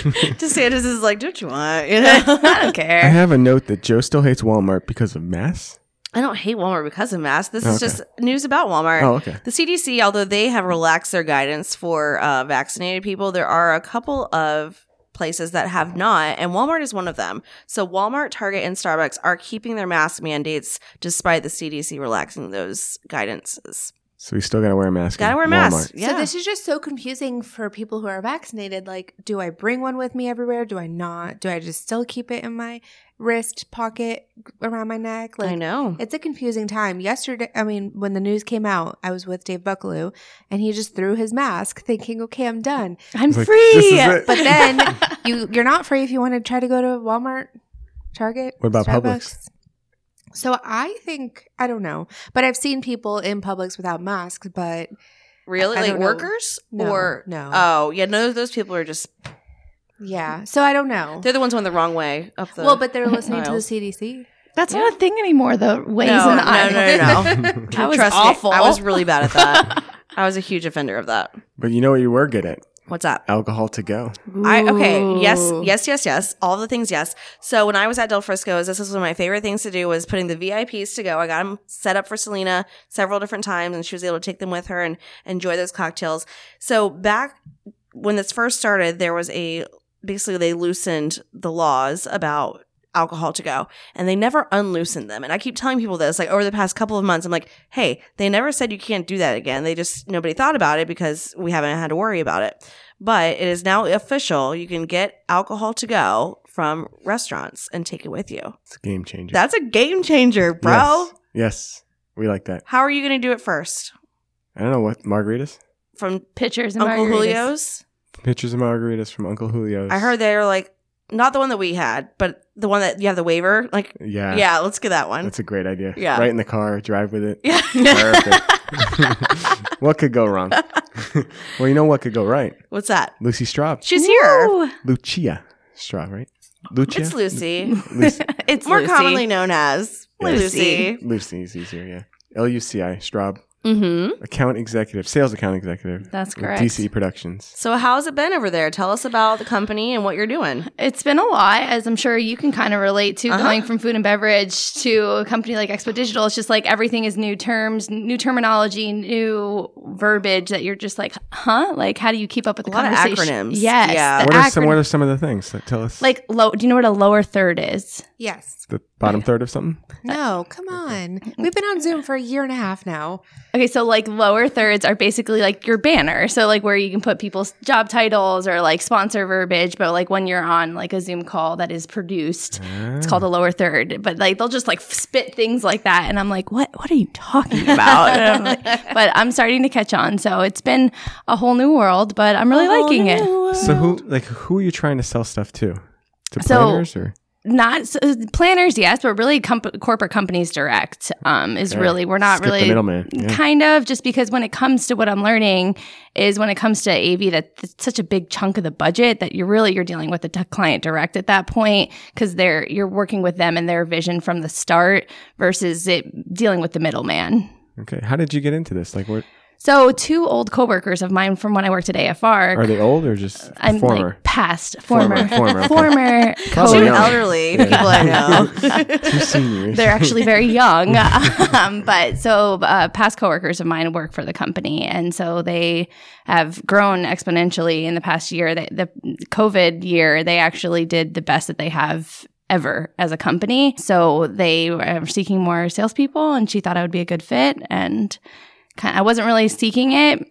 Speaker 4: DeSantis is like, do what you want. You know?
Speaker 5: I don't
Speaker 3: I
Speaker 5: care.
Speaker 3: have a note that Joe still hates Walmart because of mass.
Speaker 4: I don't hate Walmart because of masks. This
Speaker 3: Okay.
Speaker 4: is just news about Walmart.
Speaker 3: Oh, okay.
Speaker 4: The CDC, although they have relaxed their guidance for uh, vaccinated people, there are a couple of places that have not, and Walmart is one of them. So Walmart, Target, and Starbucks are keeping their mask mandates despite the CDC relaxing those guidances.
Speaker 3: So we still gotta wear a mask.
Speaker 4: Gotta
Speaker 3: in
Speaker 4: wear a
Speaker 3: Walmart.
Speaker 4: mask. Yeah.
Speaker 2: So this is just so confusing for people who are vaccinated. Like, do I bring one with me everywhere? Do I not? Do I just still keep it in my wrist pocket around my neck? Like,
Speaker 4: I know.
Speaker 2: It's a confusing time. Yesterday, I mean, when the news came out, I was with Dave Bucklew, and he just threw his mask, thinking, "Okay, I'm done."
Speaker 5: I'm
Speaker 3: Like,
Speaker 5: free.
Speaker 3: this is it.
Speaker 2: But then you you're not free if you want to try to go to Walmart, Target.
Speaker 3: What about Publix?
Speaker 2: So I think I don't know, but I've seen people in Publix without masks. But
Speaker 4: Really?
Speaker 2: I
Speaker 4: like
Speaker 2: don't know.
Speaker 4: workers?
Speaker 2: No,
Speaker 4: or
Speaker 2: no.
Speaker 4: Oh, yeah. No, those people are just
Speaker 2: yeah, so I don't know.
Speaker 4: they're the ones going the wrong way up the
Speaker 2: well, but they're listening
Speaker 4: aisles.
Speaker 2: to the CDC.
Speaker 5: That's not a thing anymore. The ways
Speaker 4: No,
Speaker 5: and
Speaker 4: no,
Speaker 5: the aisles.
Speaker 4: no, no,
Speaker 5: That was
Speaker 4: Trust me,
Speaker 5: awful.
Speaker 4: I was really bad at that. I was a huge offender of that.
Speaker 3: But you know what you were good at?
Speaker 4: What's up?
Speaker 3: Alcohol to go.
Speaker 4: I okay. Yes,
Speaker 5: Ooh.
Speaker 4: yes, yes, yes. All the things, yes. So when I was at Del Frisco's, this was one of my favorite things to do was putting the VIPs to go. I got them set up for Selena several different times, and she was able to take them with her and enjoy those cocktails. So back when this first started, there was a basically they loosened the laws about alcohol to go and they never unloosened them and i keep telling people this like over the past couple of months i'm like hey they never said you can't do that again they just nobody thought about it because we haven't had to worry about it but it is now official you can get alcohol to go from restaurants and take it with you
Speaker 3: It's a game changer.
Speaker 4: that's a game changer bro
Speaker 3: Yes. yes. We like that.
Speaker 4: how are you gonna do it first
Speaker 3: I don't know what margaritas?
Speaker 4: from
Speaker 5: Pictures and
Speaker 4: uncle
Speaker 5: margaritas.
Speaker 4: julio's
Speaker 3: Pictures of margaritas from Uncle Julio's.
Speaker 4: i heard they were like not the one that we had but the one that you have the waiver like
Speaker 3: Yeah.
Speaker 4: yeah let's get that one
Speaker 3: That's a great idea.
Speaker 4: Yeah.
Speaker 3: Right in the car, drive with it.
Speaker 4: yeah
Speaker 3: Perfect. what could go wrong? well, you know what could go right?
Speaker 4: what's that
Speaker 3: Lucy Straub.
Speaker 4: she's here
Speaker 5: Ooh.
Speaker 3: Lucia Straub, right? Lucia?
Speaker 4: It's Lucy.
Speaker 3: Lucy.
Speaker 5: It's
Speaker 4: More
Speaker 5: Lucy.
Speaker 4: commonly known as
Speaker 3: Yes.
Speaker 4: Lucy.
Speaker 3: Lucy is easier, yeah. L U C I, Straub.
Speaker 4: Mm-hmm.
Speaker 3: Account executive, sales account executive.
Speaker 5: Hmm? That's
Speaker 3: with
Speaker 5: correct.
Speaker 3: DC Productions.
Speaker 4: So how's it been over there? Tell us about the company and what you're doing.
Speaker 5: It's been a lot, as I'm sure you can kind of relate to
Speaker 4: Uh-huh.
Speaker 5: going from food and beverage to a company like Expo Digital. It's just like everything is new terms, new terminology, new verbiage that you're just like, huh? Like, how do you keep up with
Speaker 4: A
Speaker 5: the
Speaker 4: lot of
Speaker 5: conversation?
Speaker 4: acronyms.
Speaker 5: Yes. the
Speaker 4: Yeah.
Speaker 3: What are some
Speaker 5: acron-
Speaker 3: what are some of the things? Like, Tell us
Speaker 5: like low? Do you know what a lower third is?
Speaker 2: Yes.
Speaker 3: the bottom
Speaker 5: uh,
Speaker 3: third of something?
Speaker 2: No, come on. We've been on Zoom for a year and a half now.
Speaker 5: Okay, so like lower thirds are basically like your banner. So like where you can put people's job titles or like sponsor verbiage, but like when you're on like a Zoom call that is produced, it's
Speaker 3: Ah.
Speaker 5: called a lower third. But like they'll just like spit things like that and I'm like, "What what are you talking about?" And I'm like- but I'm starting to catch on. So it's been a whole new world, but I'm really liking it.
Speaker 3: So who like who are you trying to sell stuff to? To
Speaker 5: So-
Speaker 3: planners or
Speaker 5: Not so, planners, yes, but really comp- corporate companies direct um is
Speaker 3: Okay.
Speaker 5: really we're not
Speaker 3: skip the
Speaker 5: really
Speaker 3: middleman? Yeah.
Speaker 5: kind of just because when it comes to what i'm learning is when it comes to av that it's such a big chunk of the budget that you're really you're dealing with the t- client direct at that point because they're you're working with them and their vision from the start versus it dealing with the middleman
Speaker 3: Okay. How did you get into this? Like what
Speaker 5: so two old coworkers of mine from when i worked at afr
Speaker 3: are they old or just
Speaker 5: I'm
Speaker 3: former?
Speaker 5: like past former
Speaker 3: Former, former, okay.
Speaker 5: former
Speaker 3: Probably
Speaker 5: coworkers.
Speaker 4: Two
Speaker 3: young.
Speaker 4: elderly people I know.
Speaker 3: Two seniors.
Speaker 5: They're actually very young. um, but so uh, past coworkers of mine work for the company. And so they have grown exponentially in the past year. They, the COVID year, they actually did the best that they have ever as a company. So they are seeking more salespeople. And she thought I would be a good fit. And kind I wasn't really seeking it.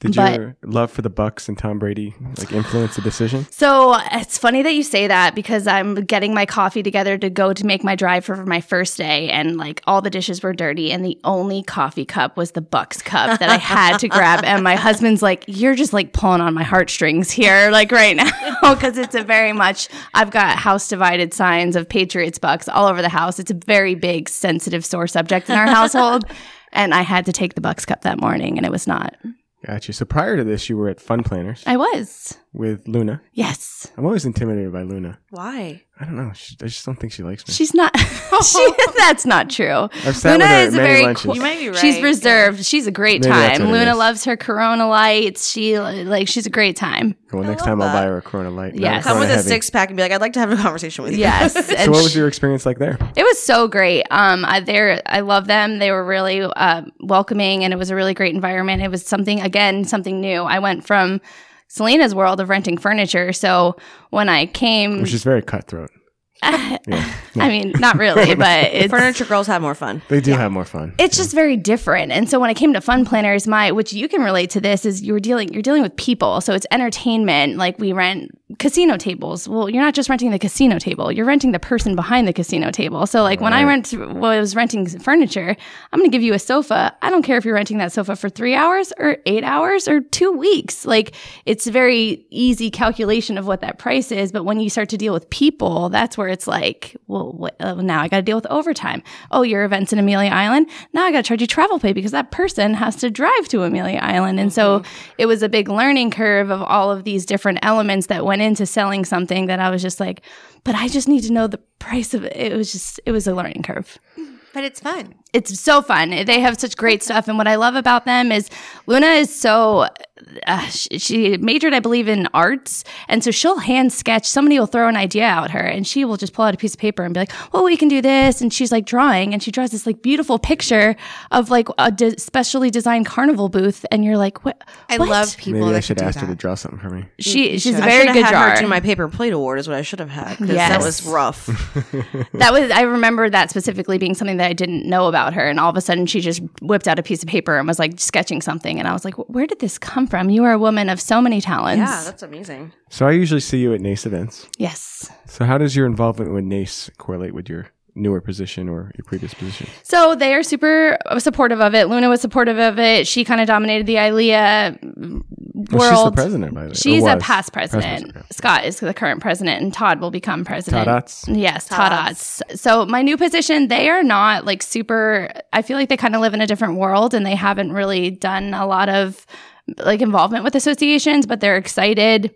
Speaker 3: Did
Speaker 5: But-
Speaker 3: your love for the Bucks and Tom Brady like influence the decision?
Speaker 5: So it's funny that you say that because I'm getting my coffee together to go to make my drive for my first day, and like all the dishes were dirty, and the only coffee cup was the Bucks cup that I had to grab. And my husband's like, "You're just like pulling on my heartstrings here, like right now, because it's a very much I've got house divided signs of Patriots Bucks all over the house. It's a very big sensitive sore subject in our household." And I had to take the Bucks cup that morning, and it was not.
Speaker 3: Gotcha. So prior to this, you were at Fun Planners
Speaker 5: I was.
Speaker 3: with Luna.
Speaker 5: Yes.
Speaker 3: I'm always intimidated by Luna.
Speaker 4: Why?
Speaker 3: I don't know. She, I just don't think she likes me.
Speaker 5: She's not. she, that's not true.
Speaker 3: I've sat with her at many lunches.
Speaker 5: cool-
Speaker 3: You
Speaker 4: might be right,
Speaker 5: She's
Speaker 4: yeah.
Speaker 5: reserved. She's a great
Speaker 3: Maybe that's
Speaker 5: time.
Speaker 3: what it
Speaker 5: Luna
Speaker 3: is.
Speaker 5: loves her Corona lights. She like she's a great time.
Speaker 3: well, next
Speaker 4: love
Speaker 3: time I'll
Speaker 4: that.
Speaker 3: buy her a Corona Light. not
Speaker 5: Yes.
Speaker 4: Come
Speaker 5: Kinda
Speaker 4: with
Speaker 3: Corona
Speaker 4: a
Speaker 3: Heavy.
Speaker 4: six pack and be like, I'd like to have a conversation with you.
Speaker 5: Yes. and
Speaker 3: So what was
Speaker 5: she-
Speaker 3: your experience like there?
Speaker 5: it was so great. Um, I, there, I love them. They were really uh, welcoming, and it was a really great environment. It was something again, something new. I went from Selena's world of renting furniture. So when I came,
Speaker 3: Which is very cutthroat. Yeah.
Speaker 5: I mean, not really, but it's
Speaker 4: Furniture girls have more fun.
Speaker 3: They do have more fun.
Speaker 5: it's just very different. And so when I came to fun planners, my which you can relate to this is you're dealing you're dealing with people. So it's entertainment. Like we rent casino tables. Well, you're not just renting the casino table. You're renting the person behind the casino table. So like when I rent when I was renting furniture, I'm going to give you a sofa. I don't care if you're renting that sofa for 3 hours or 8 hours or 2 weeks. Like it's a very easy calculation of what that price is, but when you start to deal with people, that's where it's like, well, what, oh, now I got to deal with overtime. Oh, your event's in Amelia Island. Now I got to charge you travel pay because that person has to drive to Amelia Island. And so it was a big learning curve of all of these different elements that went into selling something that I was just like, but I just need to know the price of it. It was just, it was a learning curve
Speaker 2: But it's fun.
Speaker 5: it's so fun. They have such great stuff, and what I love about them is Luna is so. Uh, she, she majored, I believe, in arts, and so she'll hand sketch. Somebody will throw an idea out her, and she will just pull out a piece of paper and be like, "Well, we can do this." And she's like drawing, and she draws this like beautiful picture of like a de- specially designed carnival booth, and you're like, "What?"
Speaker 2: I
Speaker 5: what?"
Speaker 2: love people
Speaker 3: Maybe
Speaker 2: that
Speaker 3: I should
Speaker 2: can do
Speaker 3: ask her
Speaker 2: that.
Speaker 3: to draw something for me.
Speaker 5: She she's a
Speaker 4: I
Speaker 5: very
Speaker 4: should
Speaker 5: good
Speaker 4: have
Speaker 5: drawer.
Speaker 4: had her do my paper plate award is what I should have had. 'cause
Speaker 5: Yes.
Speaker 4: That was rough.
Speaker 5: that was I remember that specifically being something that I didn't know about her, and all of a sudden she just whipped out a piece of paper and was like sketching something, and I was like, "Where did this come from? You are a woman of so many talents."
Speaker 4: yeah, that's amazing.
Speaker 3: So I usually see you at NACE events.
Speaker 5: Yes.
Speaker 3: So how does your involvement with NACE correlate with your newer position or your previous position?
Speaker 5: So they are super supportive of it. Luna was supportive of it. She kind of dominated the ILEA world.
Speaker 3: Well, she's the president, by the way. or
Speaker 5: She's a
Speaker 3: was.
Speaker 5: past president.
Speaker 3: president,
Speaker 5: Scott is the current president, and Todd will become president.
Speaker 3: Todd Otts.
Speaker 5: Yes, Todd Otts. So my new position, they are not like super. I feel like they kind of live in a different world, and they haven't really done a lot of like involvement with associations, but they're excited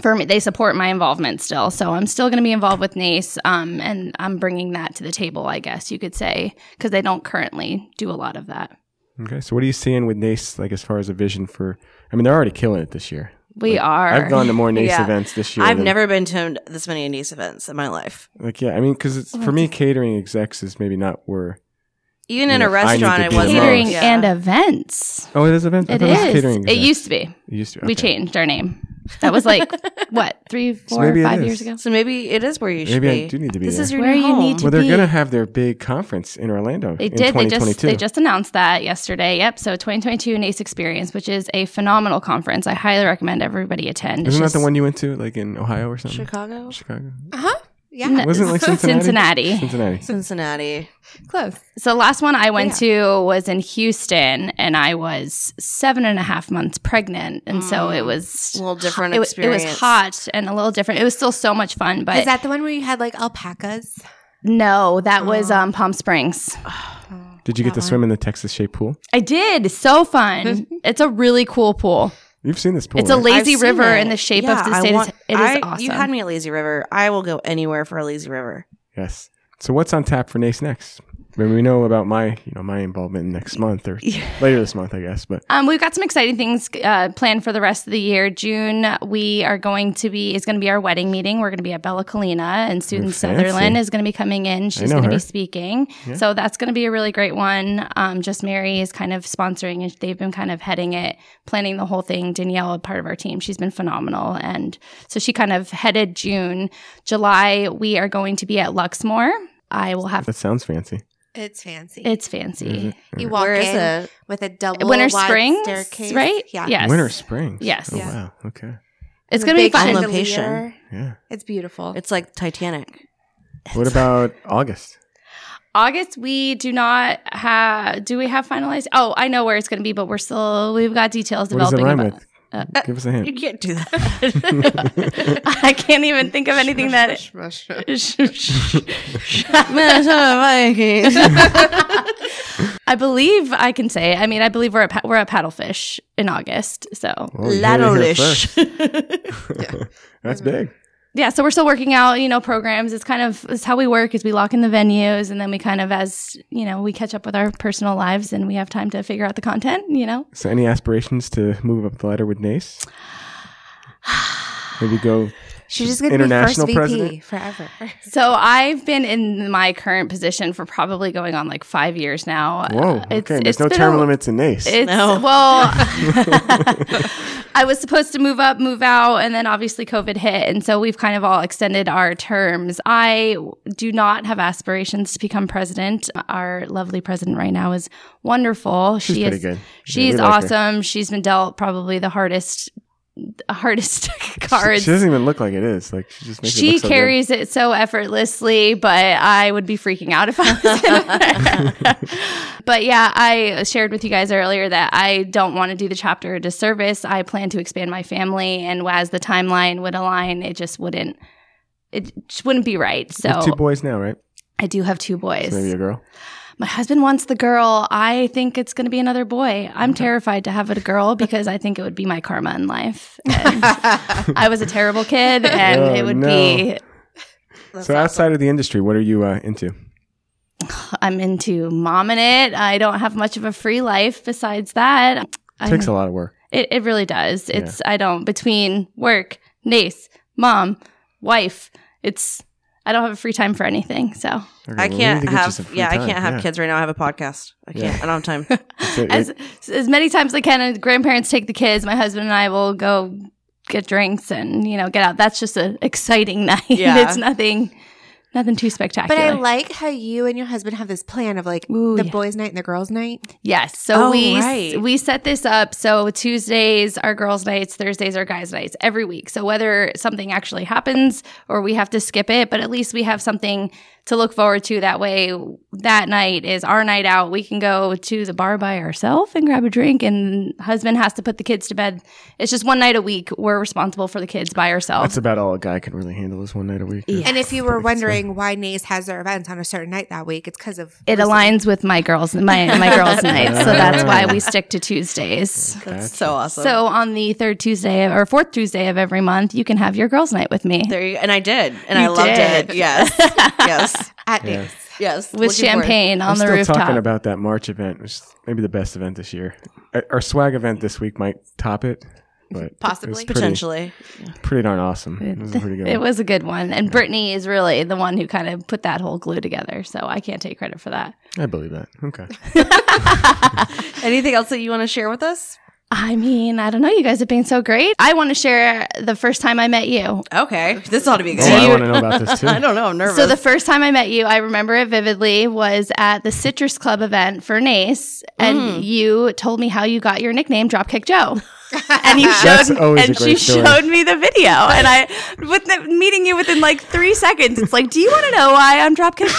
Speaker 5: for me. They support my involvement still, so I'm still going to be involved with NACE, um, and I'm bringing that to the table, I guess you could say, because they don't currently do a lot of that.
Speaker 3: Okay. So what are you seeing with NACE, like as far as a vision for? I mean, they're already killing it this year.
Speaker 5: We
Speaker 3: Like,
Speaker 5: are.
Speaker 3: I've gone to more NACE
Speaker 4: Yeah.
Speaker 3: events this year.
Speaker 4: I've
Speaker 3: than-
Speaker 4: never been to this many Indies events in my life.
Speaker 3: Like, yeah, I mean, because it's for me, catering execs is maybe not where.
Speaker 4: Even in
Speaker 3: Yeah, I need
Speaker 4: a
Speaker 3: to
Speaker 4: restaurant, it
Speaker 3: do
Speaker 4: wasn't.
Speaker 3: the
Speaker 5: catering
Speaker 3: most.
Speaker 4: Yeah.
Speaker 5: and events.
Speaker 3: Oh, it is events. I
Speaker 5: It
Speaker 3: thought was
Speaker 5: is.
Speaker 3: catering.
Speaker 5: It
Speaker 3: execs.
Speaker 5: used to be.
Speaker 3: It used to.
Speaker 5: We
Speaker 3: okay.
Speaker 5: changed our name. That was like what three, four, five
Speaker 3: maybe it
Speaker 5: years
Speaker 3: is.
Speaker 5: ago.
Speaker 4: So maybe it is where you should
Speaker 3: Maybe
Speaker 4: be.
Speaker 3: I do need to be
Speaker 4: this
Speaker 3: there.
Speaker 4: is your
Speaker 5: Where
Speaker 4: new
Speaker 5: you
Speaker 4: home.
Speaker 5: need to
Speaker 3: Well, they're
Speaker 5: be-
Speaker 3: gonna have their big conference in Orlando.
Speaker 5: They
Speaker 3: in
Speaker 5: did. They just
Speaker 3: 2022.
Speaker 5: they just announced that yesterday. Yep. So 2022 NACE Experience, which is a phenomenal conference. I highly recommend everybody attend. It's
Speaker 3: Isn't that the
Speaker 5: just-
Speaker 3: one you went to, like in Ohio or something?
Speaker 4: Chicago,
Speaker 3: Chicago.
Speaker 2: Yeah.
Speaker 5: No.
Speaker 3: Wasn't it like Cincinnati?
Speaker 5: Cincinnati.
Speaker 3: Cincinnati.
Speaker 4: Cincinnati.
Speaker 2: Close.
Speaker 5: So the last one I went to was in Houston, and I was seven and a half months pregnant, and so it was
Speaker 4: Mm. A little different
Speaker 5: It, wa-
Speaker 4: experience.
Speaker 5: it was hot and a little different. It was still so much fun, but
Speaker 2: Is that the one where you had like alpacas?
Speaker 5: no, that was
Speaker 4: Oh.
Speaker 5: um, Palm Springs.
Speaker 3: Did you get to swim in the Texas shaped pool?
Speaker 5: I did. So fun. it's a really cool pool.
Speaker 3: You've seen this pool.
Speaker 5: It's a
Speaker 3: right?
Speaker 5: lake Lazy
Speaker 4: I've seen
Speaker 5: River
Speaker 4: it.
Speaker 5: in the shape
Speaker 4: Yeah,
Speaker 5: of the
Speaker 4: I
Speaker 5: state of
Speaker 4: want-
Speaker 5: Te- it is
Speaker 4: I- You
Speaker 5: awesome.
Speaker 4: had me at Lazy River. I will go anywhere for a Lazy River.
Speaker 3: Yes. So what's on tap for Nace next? I mean, we know about my, you know, my involvement next month or later this month, I guess. But
Speaker 5: Um, we've got some exciting things uh, planned for the rest of the year. June, we are going to be is going to be our wedding meeting. We're going to be at Bella Kalina, and Susan
Speaker 3: fancy.
Speaker 5: Sutherland is going to be coming in. She's
Speaker 3: know
Speaker 5: going to
Speaker 3: her.
Speaker 5: be speaking, so that's going to be a really great one. Um, Just Mary is kind of sponsoring, and they've been kind of heading it, planning the whole thing. Danielle, part of our team, she's been phenomenal, and so she kind of headed June. July, we are going to be at Luxmore. I will have
Speaker 3: that sounds fancy.
Speaker 2: It's fancy.
Speaker 5: It's fancy.
Speaker 3: Is it?
Speaker 2: you walk
Speaker 4: Where is
Speaker 2: in
Speaker 4: it?
Speaker 2: with a double
Speaker 5: Winter
Speaker 2: wide
Speaker 5: Springs,
Speaker 2: staircase,
Speaker 5: right?
Speaker 2: Yeah,
Speaker 5: Yes.
Speaker 3: Winter Springs.
Speaker 5: Yes.
Speaker 3: Oh,
Speaker 2: Yeah.
Speaker 3: wow. Okay.
Speaker 2: And
Speaker 5: It's
Speaker 2: a
Speaker 5: gonna be
Speaker 2: big
Speaker 5: fun.
Speaker 4: location.
Speaker 2: chandelier.
Speaker 3: Yeah.
Speaker 2: It's beautiful.
Speaker 4: It's like Titanic.
Speaker 3: What about August?
Speaker 5: August, we do not have. Do we have finalized? Oh, I know where it's going to be, but we're still. We've got details
Speaker 3: What does it
Speaker 5: developing.
Speaker 3: rhyme
Speaker 5: about- uh,
Speaker 3: with? Give us a hint.
Speaker 4: can't do that.
Speaker 5: I can't even think of anything that.
Speaker 4: Minnesota Vikings.
Speaker 5: I believe I can say. I mean, I believe we're at pa- we're at paddlefish in August. So
Speaker 3: Oh, you heard it here first.
Speaker 4: Ladolish.
Speaker 3: That's big.
Speaker 5: yeah, so we're still working out. You know, programs. It's kind of it's how we work. Is we lock in the venues, and then we kind of as you know we catch up with our personal lives, and we have time to figure out the content. You know.
Speaker 3: So, any aspirations to move up the ladder with Nace? Maybe go.
Speaker 2: She's just gonna be first
Speaker 3: International
Speaker 2: VP
Speaker 3: president?
Speaker 2: forever.
Speaker 5: So I've been in my current position for probably going on like five years now.
Speaker 3: Whoa.
Speaker 5: Uh,
Speaker 3: Okay. There's no
Speaker 5: been
Speaker 3: term
Speaker 5: a-
Speaker 3: limits in Nace.
Speaker 5: It's
Speaker 4: No.
Speaker 5: well, I was supposed to move up, move out, and then obviously COVID hit, and so we've kind of all extended our terms. I do not have aspirations to become president. Our lovely president right now is wonderful.
Speaker 3: She's
Speaker 5: she
Speaker 3: pretty
Speaker 5: is
Speaker 3: good.
Speaker 5: she's
Speaker 3: we like her.
Speaker 5: awesome. She's been dealt probably the hardest hardest cards.
Speaker 3: She, she doesn't even look like it is. Like she just makes it
Speaker 5: She
Speaker 3: look so good.
Speaker 5: carries it so effortlessly, but I would be freaking out if I was in her. but yeah, I shared with you guys earlier that I don't want to do the chapter a disservice. I plan to expand my family, and as the timeline would align, it just wouldn't. It just wouldn't be right.
Speaker 3: You have
Speaker 5: So
Speaker 3: two boys now, right?
Speaker 5: I do have two boys.
Speaker 3: So maybe a girl.
Speaker 5: My husband wants the girl. I think it's going to be another boy. I'm terrified to have a girl because I think it would be my karma in life. And I was a terrible kid, and
Speaker 3: Oh,
Speaker 5: it would
Speaker 3: no.
Speaker 5: be
Speaker 3: so outside of the industry, what are you uh, into?
Speaker 5: I'm into momming it. I don't have much of a free life besides that.
Speaker 3: It takes a lot of work.
Speaker 5: It, it really does. It's I don't between work, nace, mom, wife. It's I don't have a free time for anything. So
Speaker 3: Okay,
Speaker 4: I
Speaker 3: well, we need
Speaker 4: can't
Speaker 3: to get you some
Speaker 4: have.
Speaker 3: free
Speaker 4: Yeah, I
Speaker 3: time.
Speaker 4: can't have
Speaker 3: Yeah.
Speaker 4: kids right now. I have a podcast. I can't.
Speaker 3: Yeah.
Speaker 4: I don't have time.
Speaker 3: That's it.
Speaker 5: as as many times as I can, and grandparents take the kids. My husband and I will go get drinks and you know get out. That's just an exciting night.
Speaker 4: Yeah.
Speaker 5: it's nothing nothing too
Speaker 2: But
Speaker 5: spectacular.
Speaker 2: I like how you and your husband have this plan of like
Speaker 5: Ooh,
Speaker 2: the
Speaker 5: yeah.
Speaker 2: boys' night and the girls' night.
Speaker 5: Yes. So
Speaker 4: Oh,
Speaker 5: we
Speaker 4: right.
Speaker 5: we set this up. So Tuesdays are girls' nights, Thursdays are guys' nights every week. So whether something actually happens or we have to skip it, but at least we have something to look forward to. That way, that night is our night out. We can go to the bar by ourselves and grab a drink, and husband has to put the kids to bed. It's just one night a week. We're responsible for the kids by
Speaker 3: That's
Speaker 5: ourselves.
Speaker 3: about all a guy can really handle is one night a week.
Speaker 5: Yeah.
Speaker 2: And if you were
Speaker 3: That's-
Speaker 2: wondering why Nace has their events on a certain night that week, it's because of
Speaker 5: It aligns with my girls my my girls' nights, so that's why we stick to Tuesdays.
Speaker 3: Gotcha.
Speaker 4: That's so awesome.
Speaker 5: So on the third Tuesday or fourth Tuesday of every month, you can have your girls' night with me
Speaker 4: there you. And I did. And I
Speaker 5: You
Speaker 4: loved
Speaker 5: did.
Speaker 4: it. Yes. yes.
Speaker 2: at
Speaker 3: Yeah.
Speaker 2: Nace.
Speaker 4: Yes.
Speaker 5: with
Speaker 4: Looking forward.
Speaker 5: champagne
Speaker 3: We're
Speaker 5: on the
Speaker 3: still
Speaker 5: rooftop.
Speaker 3: talking about that March event, which is maybe the best event this year. Our- Our swag event this week might top it, but it was
Speaker 2: Possibly.
Speaker 3: pretty-
Speaker 4: Potentially.
Speaker 3: pretty, darn awesome. It was a pretty good.
Speaker 5: it
Speaker 3: one.
Speaker 5: was a good one, and Brittany is really the one who kind of put that whole glue together. So I can't take credit for that.
Speaker 3: I believe that. Okay, Oh,
Speaker 4: Anything else that you want to share with us?
Speaker 5: I mean, I don't know. You guys have been so great. I want to share the first time I met you.
Speaker 4: Okay. This ought to be
Speaker 3: oh, I
Speaker 4: good.
Speaker 3: want to know about this too.
Speaker 4: I don't know. I'm nervous.
Speaker 5: So the first time I met you, I remember it vividly, was at the Citrus Club event for Nace, and
Speaker 3: Mm.
Speaker 5: you told me how you got your nickname, Dropkick Joe. and you showed
Speaker 3: That's always a
Speaker 5: and
Speaker 3: great
Speaker 5: she
Speaker 3: story.
Speaker 5: showed me the video, and I with the, meeting you within like three seconds, it's like, do you want to know why I'm Dropkick Joe?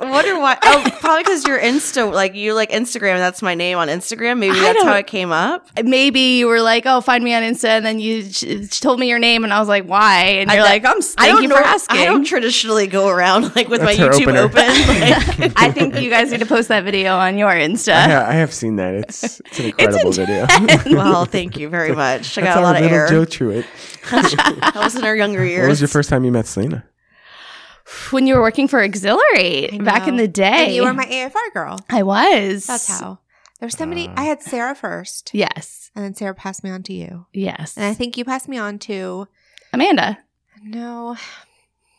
Speaker 4: I wonder why. Oh, probably because you're Insta, like you like Instagram. That's my name on Instagram. Maybe that's how
Speaker 5: don't-
Speaker 4: it came up.
Speaker 5: Maybe you were like, oh, find me on Insta, and then you sh- sh- told me your name, and I was like, why? And you're like, I'm. Thank you for
Speaker 4: nor-
Speaker 5: asking.
Speaker 4: I don't traditionally go around like with
Speaker 3: That's
Speaker 4: my
Speaker 3: her
Speaker 4: YouTube
Speaker 3: opener.
Speaker 4: open. Like,
Speaker 5: I think you guys need to post that video on your Insta.
Speaker 3: yeah, I have seen that. It's it's an incredible video. That's
Speaker 4: well, thank you very much. I got a
Speaker 3: our
Speaker 4: lot of
Speaker 3: little
Speaker 4: air.
Speaker 3: Joe Truitt.
Speaker 4: That was in our younger years.
Speaker 3: What was your first time you met Selena?
Speaker 5: When you were working for Exhilarate
Speaker 2: I
Speaker 5: back in
Speaker 2: know.
Speaker 5: the day,
Speaker 2: And you were my AFR girl.
Speaker 5: I was.
Speaker 2: That's how. There's somebody
Speaker 3: Ah.
Speaker 2: I had Sarah first,
Speaker 5: Yes.
Speaker 2: and then Sarah passed me on to you,
Speaker 5: Yes.
Speaker 2: and I think you passed me on to
Speaker 5: Amanda.
Speaker 2: no.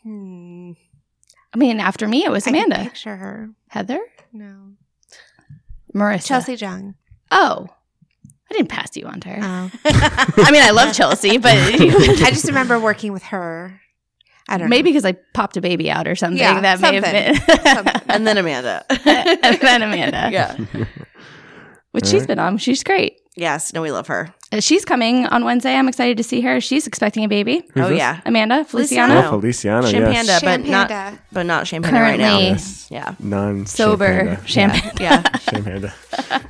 Speaker 2: Hmm.
Speaker 5: I mean, after me, it was
Speaker 2: I can
Speaker 5: Amanda.
Speaker 2: picture her.
Speaker 5: Heather?
Speaker 2: No.
Speaker 5: Marissa.
Speaker 2: Chelsea Jung.
Speaker 5: Oh. I didn't pass you on to her.
Speaker 2: Oh.
Speaker 5: I mean, I love Chelsea, but
Speaker 2: I just remember working with her. I don't
Speaker 5: Maybe because I popped a baby out or something.
Speaker 2: Yeah,
Speaker 5: that may have
Speaker 2: know.
Speaker 5: been.
Speaker 2: Something.
Speaker 4: and then Amanda.
Speaker 5: and then Amanda,
Speaker 4: yeah.
Speaker 5: which
Speaker 3: All
Speaker 5: she's
Speaker 3: right.
Speaker 5: been on. She's great.
Speaker 4: Yes. No, we love her.
Speaker 5: Uh, She's coming on Wednesday. I'm excited to see her. She's expecting a baby.
Speaker 3: Who's
Speaker 4: oh
Speaker 3: this?
Speaker 4: yeah.
Speaker 5: Amanda
Speaker 3: Oh,
Speaker 5: Feliciano,
Speaker 4: Feliciano.
Speaker 3: Feliciano.
Speaker 4: Champagne,
Speaker 3: Yes. Oh,
Speaker 4: but not
Speaker 2: Champanda.
Speaker 4: but not champagne right now.
Speaker 5: Currently-
Speaker 3: Yes.
Speaker 4: Yeah.
Speaker 3: Non
Speaker 5: sober, champagne.
Speaker 4: Yeah.
Speaker 3: Champagne.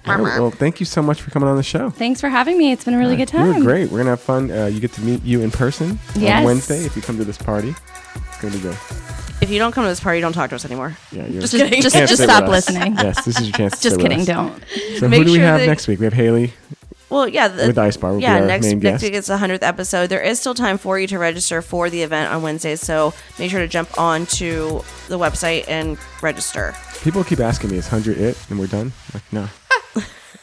Speaker 3: well, thank you so much for coming on the show.
Speaker 5: Thanks for having me. It's been a really good
Speaker 3: You
Speaker 5: time.
Speaker 3: were great. We're gonna have fun. Uh, you get to meet you in person on
Speaker 5: Yes.
Speaker 3: Wednesday if you come to this party. It's gonna be good.
Speaker 4: if you don't come to this party, don't talk to us anymore.
Speaker 3: Yeah, you're
Speaker 4: Just
Speaker 3: you
Speaker 4: kidding.
Speaker 5: Just,
Speaker 3: can't
Speaker 5: just
Speaker 3: stay with
Speaker 5: stop
Speaker 3: us.
Speaker 5: listening.
Speaker 3: Yes, this is your chance. To
Speaker 5: Just
Speaker 3: stay with
Speaker 5: kidding.
Speaker 3: us.
Speaker 5: Don't.
Speaker 3: So who
Speaker 4: Make
Speaker 3: do we
Speaker 4: sure
Speaker 3: have
Speaker 4: that-
Speaker 3: next week? We have Haley
Speaker 4: Well, yeah. The,
Speaker 3: with Ice Bar. Will
Speaker 4: yeah,
Speaker 3: be our
Speaker 4: next,
Speaker 3: main
Speaker 4: next
Speaker 3: guest.
Speaker 4: week is the 100th episode. There is still time for you to register for the event on Wednesday, so make sure to jump on to the website and register.
Speaker 3: People keep asking me, "Is hundred it?" And we're done. Like, no.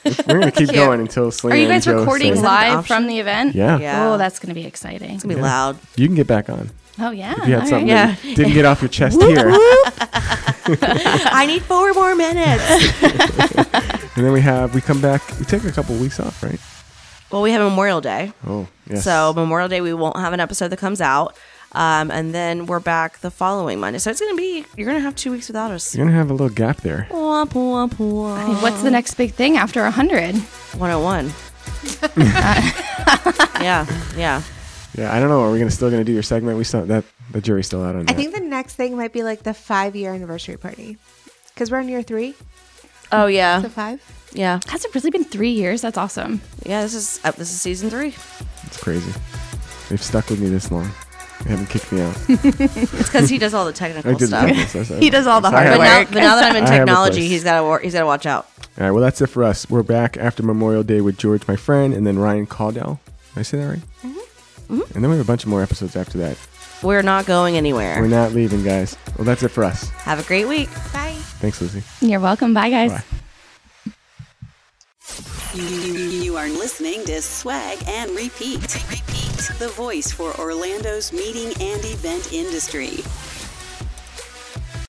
Speaker 3: we're gonna keep going until Selena
Speaker 5: Are you
Speaker 3: and
Speaker 5: guys
Speaker 3: Joe
Speaker 5: recording
Speaker 3: sing.
Speaker 4: that an
Speaker 5: live
Speaker 4: option?
Speaker 5: from the event?
Speaker 3: Yeah.
Speaker 4: Yeah.
Speaker 5: Oh, that's going to be exciting.
Speaker 4: It's gonna be loud.
Speaker 3: you can get back on.
Speaker 5: Oh, yeah.
Speaker 3: If you had
Speaker 5: All
Speaker 3: something
Speaker 5: right.
Speaker 3: that you didn't get off your chest here,
Speaker 4: I need four more minutes.
Speaker 3: and then we have we come back. We take a couple weeks off, right?
Speaker 4: well, we have Memorial Day.
Speaker 3: Oh, yes.
Speaker 4: So Memorial Day, we won't have an episode that comes out, um, and then we're back the following Monday. So it's gonna be you're gonna have two weeks without us.
Speaker 3: you're gonna have a little gap there.
Speaker 4: Womp, womp, womp.
Speaker 5: What's the next big thing after 100?
Speaker 4: 101. yeah, yeah.
Speaker 3: Yeah, I don't know. Are we gonna still gonna do your segment? We still that the jury's still out on that.
Speaker 2: I think the next thing might be like the five year anniversary party. Because we're on year three
Speaker 4: Oh yeah,
Speaker 2: to five.
Speaker 4: yeah,
Speaker 5: Has it really been three years? That's awesome.
Speaker 4: yeah. This is uh, this is season three.
Speaker 3: it's crazy. They've stuck with me this long. They haven't kicked me out.
Speaker 4: It's because he does all the
Speaker 3: I
Speaker 4: technical
Speaker 3: did
Speaker 4: stuff.
Speaker 3: the stuff.
Speaker 5: He does all the
Speaker 3: Sorry.
Speaker 5: hard
Speaker 4: But now,
Speaker 5: work.
Speaker 4: but now that I'm in
Speaker 3: I have a
Speaker 4: technology,
Speaker 3: place.
Speaker 4: he's got to he's got to watch out.
Speaker 3: All right, well, that's it for us. We're back after Memorial Day with George, my friend, and then Ryan Caudell. Did I say that right? Mm-hmm. And then we have a bunch of more episodes after that.
Speaker 4: We're not going anywhere.
Speaker 3: We're not leaving, guys. Well, that's it for us.
Speaker 4: Have a great week.
Speaker 2: Bye.
Speaker 3: Thanks, Lizzie.
Speaker 5: You're welcome. Bye, guys.
Speaker 3: Bye.
Speaker 6: You are listening to Swag and Repeat. Repeat. The voice for Orlando's meeting and event industry.